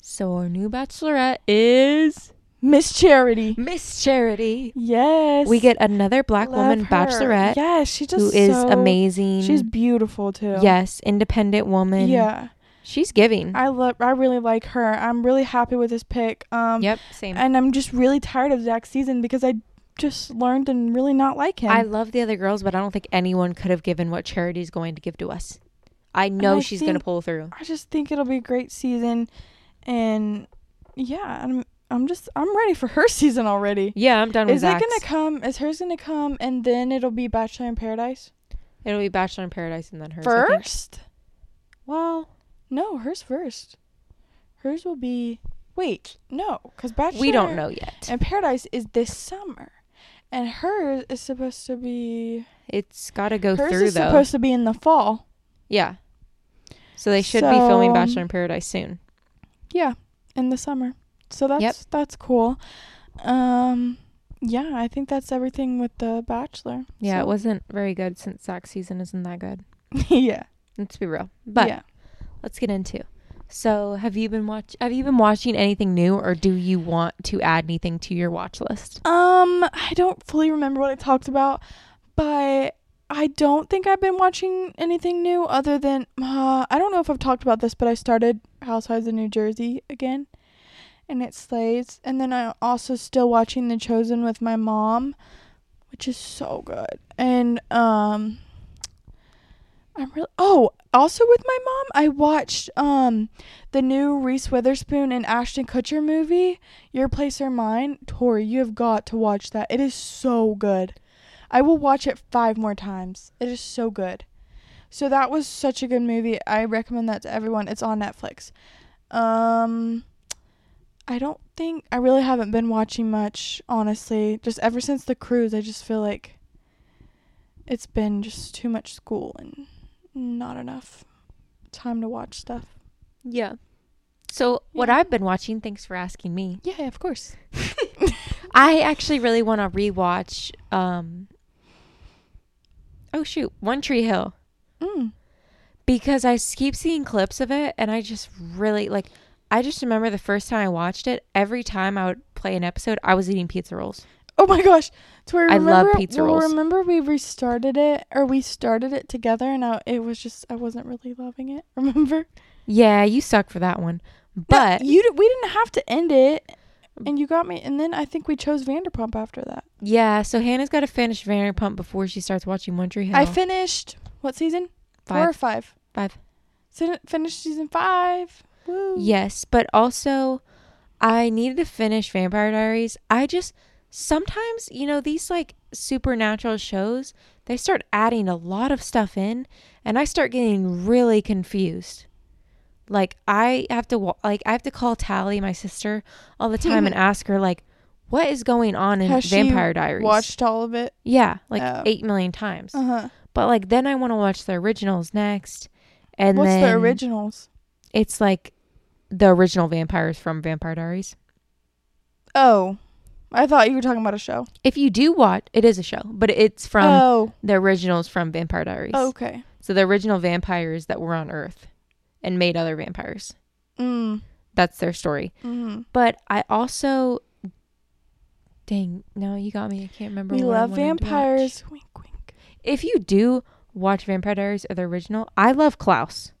S1: So our new bachelorette is
S2: Miss Charity.
S1: Miss Charity.
S2: Yes,
S1: We get another black
S2: Love
S1: woman
S2: her.
S1: bachelorette
S2: Yes, she just
S1: who is
S2: so-
S1: amazing.
S2: She's beautiful too.
S1: Yes, independent woman.
S2: Yeah,
S1: She's giving.
S2: I love. I really like her. I'm really happy with this pick. Um,
S1: yep, same.
S2: and I'm just really tired of Zach's season because I just learned and really not like him.
S1: I love the other girls, but I don't think anyone could have given what Charity's going to give to us. I know
S2: I
S1: she's going
S2: think-
S1: to pull through.
S2: I just think it'll be a great season, and yeah, I'm I'm just I'm ready for her season already.
S1: Yeah, I'm done with
S2: Is it
S1: that.
S2: gonna come? Is hers gonna come, and then it'll be Bachelor in Paradise
S1: It'll be Bachelor in Paradise and then hers. I think.
S2: first?
S1: Well,
S2: No, hers first. Hers will be wait no, because Bachelor Uh,
S1: we don't know yet.
S2: And Paradise is this summer, and hers is supposed to be
S1: It's got to go
S2: hers
S1: through
S2: is
S1: though.
S2: supposed to be in the fall.
S1: yeah. So they should be filming
S2: So-
S1: Bachelor in Paradise soon.
S2: Yeah, in the summer. So that's that's cool. Um yeah, I think that's everything with the bachelor.
S1: Yeah, it
S2: So-
S1: wasn't very good since Zach's season isn't that good.
S2: yeah.
S1: Let's be real. But
S2: yeah.
S1: let's get into. So, have you been watch have you been watching anything new or do you want to add anything to your watch list?
S2: Um I don't fully remember what I talked about, but I don't think I've been watching anything new other than uh, I don't know if I've talked about this, but I started Housewives of New Jersey again. And it slays. And then I'm also still watching The Chosen with my mom, which is so good. And um I'm really oh also with my mom I watched um the new Reese Witherspoon and Ashton Kutcher movie Your Place or Mine Tori you have got to watch that it is so good I will watch it five more times it is so good so that was such a good movie I recommend that to everyone it's on Netflix um I don't think I really haven't been watching much honestly just ever since the cruise I just feel like it's been just too much school and not enough time to watch stuff.
S1: Yeah. So what
S2: Yeah.
S1: I've been watching, thanks for asking me.
S2: Yeah, of course.
S1: I actually really want to rewatch um Oh shoot, One Tree Hill
S2: Mm.
S1: because I s- keep seeing clips of it and I just really like I just remember the first time I watched it, every time I would play an episode, I was eating pizza rolls.
S2: Oh my gosh. To where
S1: I love
S2: remember-
S1: pizza
S2: well,
S1: rolls.
S2: Remember we restarted it or we started it together and I, it was just I wasn't really loving it. Remember?
S1: Yeah, you suck for that one.
S2: No,
S1: But Mm.
S2: you d- we didn't have to end it, and you got me. And then I think we chose Vanderpump after that.
S1: yeah, so Hannah's got to finish Vanderpump before she starts watching One Tree Hill.
S2: I finished what season? Four or
S1: Five.
S2: five?
S1: Five.
S2: Sin- finished season five. Woo.
S1: Yes, but also I needed to finish Vampire Diaries. I just sometimes, you know, these like supernatural shows, they start adding a lot of stuff in and I start getting really confused. Like I have to wa- like I have to call Tally, my sister, all the time and ask her like what is going on in
S2: Has she
S1: Vampire Diaries?
S2: Watched all of it.
S1: yeah, like
S2: Oh.
S1: 8 million times.
S2: Uh huh.
S1: But like then I want to watch the originals next. And
S2: What's the
S1: then-
S2: originals?
S1: It's like the original vampires from Vampire Diaries.
S2: Oh, I thought you were talking about a show.
S1: If you do watch, it is a show, but it's from
S2: oh,
S1: the originals from Vampire Diaries.
S2: okay.
S1: So the original vampires that were on Earth and made other vampires.
S2: Mm.
S1: That's their story.
S2: hmm
S1: But I also, dang, no, you got me. I can't remember.
S2: We
S1: what I
S2: love
S1: wanted to watch.
S2: vampires. Wink, wink.
S1: If you do watch Vampire Diaries or the original, I love Klaus.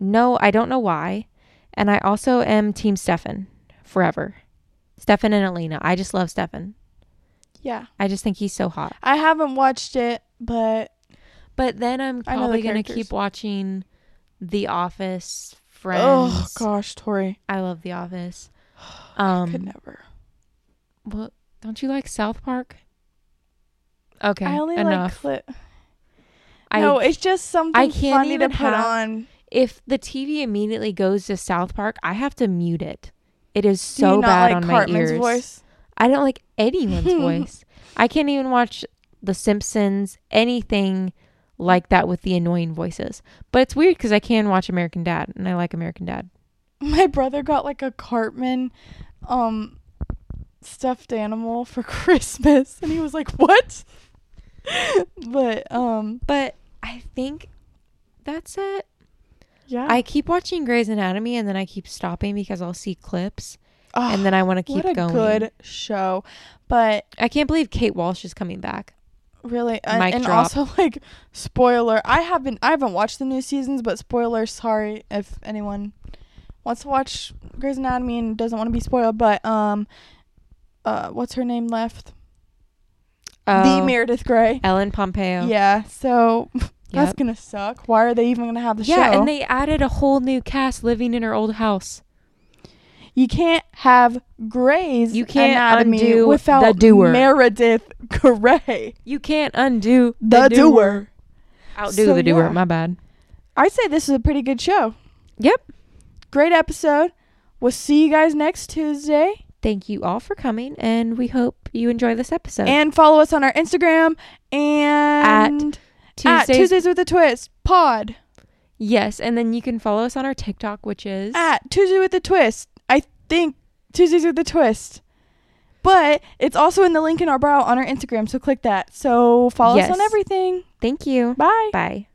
S1: No, I don't know why. And I also am Team Stefan forever. Stefan and Elena. I just love Stefan.
S2: Yeah,
S1: I just think he's so hot.
S2: I haven't watched it, but
S1: But then I'm
S2: I know the
S1: probably going to
S2: characters.
S1: keep watching The Office, Friends.
S2: oh gosh, Tori,
S1: I love The Office.
S2: could
S1: Um,
S2: never.
S1: well, don't you like South Park? Okay,
S2: I only
S1: enough.
S2: like clip.
S1: I-
S2: no, it's just something
S1: I can't
S2: funny
S1: even
S2: to put
S1: have-
S2: on.
S1: if the TV immediately goes to South Park, I have to mute it. It is
S2: Do you
S1: so
S2: not
S1: bad
S2: like
S1: on my
S2: Cartman's
S1: ears.
S2: voice?
S1: I don't like anyone's voice. I can't even watch The Simpsons, anything like that with the annoying voices. But it's weird because I can watch American Dad, and I like American Dad.
S2: My brother got like a Cartman, um, stuffed animal for Christmas, and he was like, "What?" but um,
S1: But I think that's it.
S2: yeah,
S1: I keep watching Grey's Anatomy, and then I keep stopping because I'll see clips,
S2: Ah,
S1: and then I want to keep
S2: what a
S1: going.
S2: good show, but
S1: I can't believe Kate Walsh is coming back.
S2: really, and,
S1: Mic
S2: and
S1: drop.
S2: also like spoiler. I haven't I haven't watched the new seasons, but spoiler. Sorry if anyone wants to watch Grey's Anatomy and doesn't want to be spoiled, but um, uh, what's her name left? the
S1: Oh,
S2: Meredith Grey.
S1: Ellen Pompeo.
S2: Yeah, so that's
S1: Yep.
S2: gonna suck. Why are they even gonna have the
S1: yeah,
S2: show?
S1: and they added a whole new cast living in her old house.
S2: you can't have Grey's
S1: You can't
S2: Anatomy
S1: undo
S2: without
S1: the doer.
S2: Meredith Grey,
S1: You can't undo
S2: the, doer.
S1: Outdo
S2: So,
S1: the doer.
S2: yeah.
S1: My bad.
S2: I'd say this is a pretty good show.
S1: Yep.
S2: Great episode. We'll see you guys next Tuesday,
S1: Thank you all for coming, and we hope you enjoy this episode.
S2: and follow us on our Instagram and at
S1: Tuesdays-
S2: Tuesdays with a Twist Pod
S1: Yes, and then you can follow us on our TikTok, which is
S2: at Tuesday with a Twist. I think Tuesdays with a Twist. But it's also in the link in our bio on our Instagram, so click that. So follow us on
S1: Yes.
S2: everything.
S1: Thank you.
S2: Bye.
S1: Bye.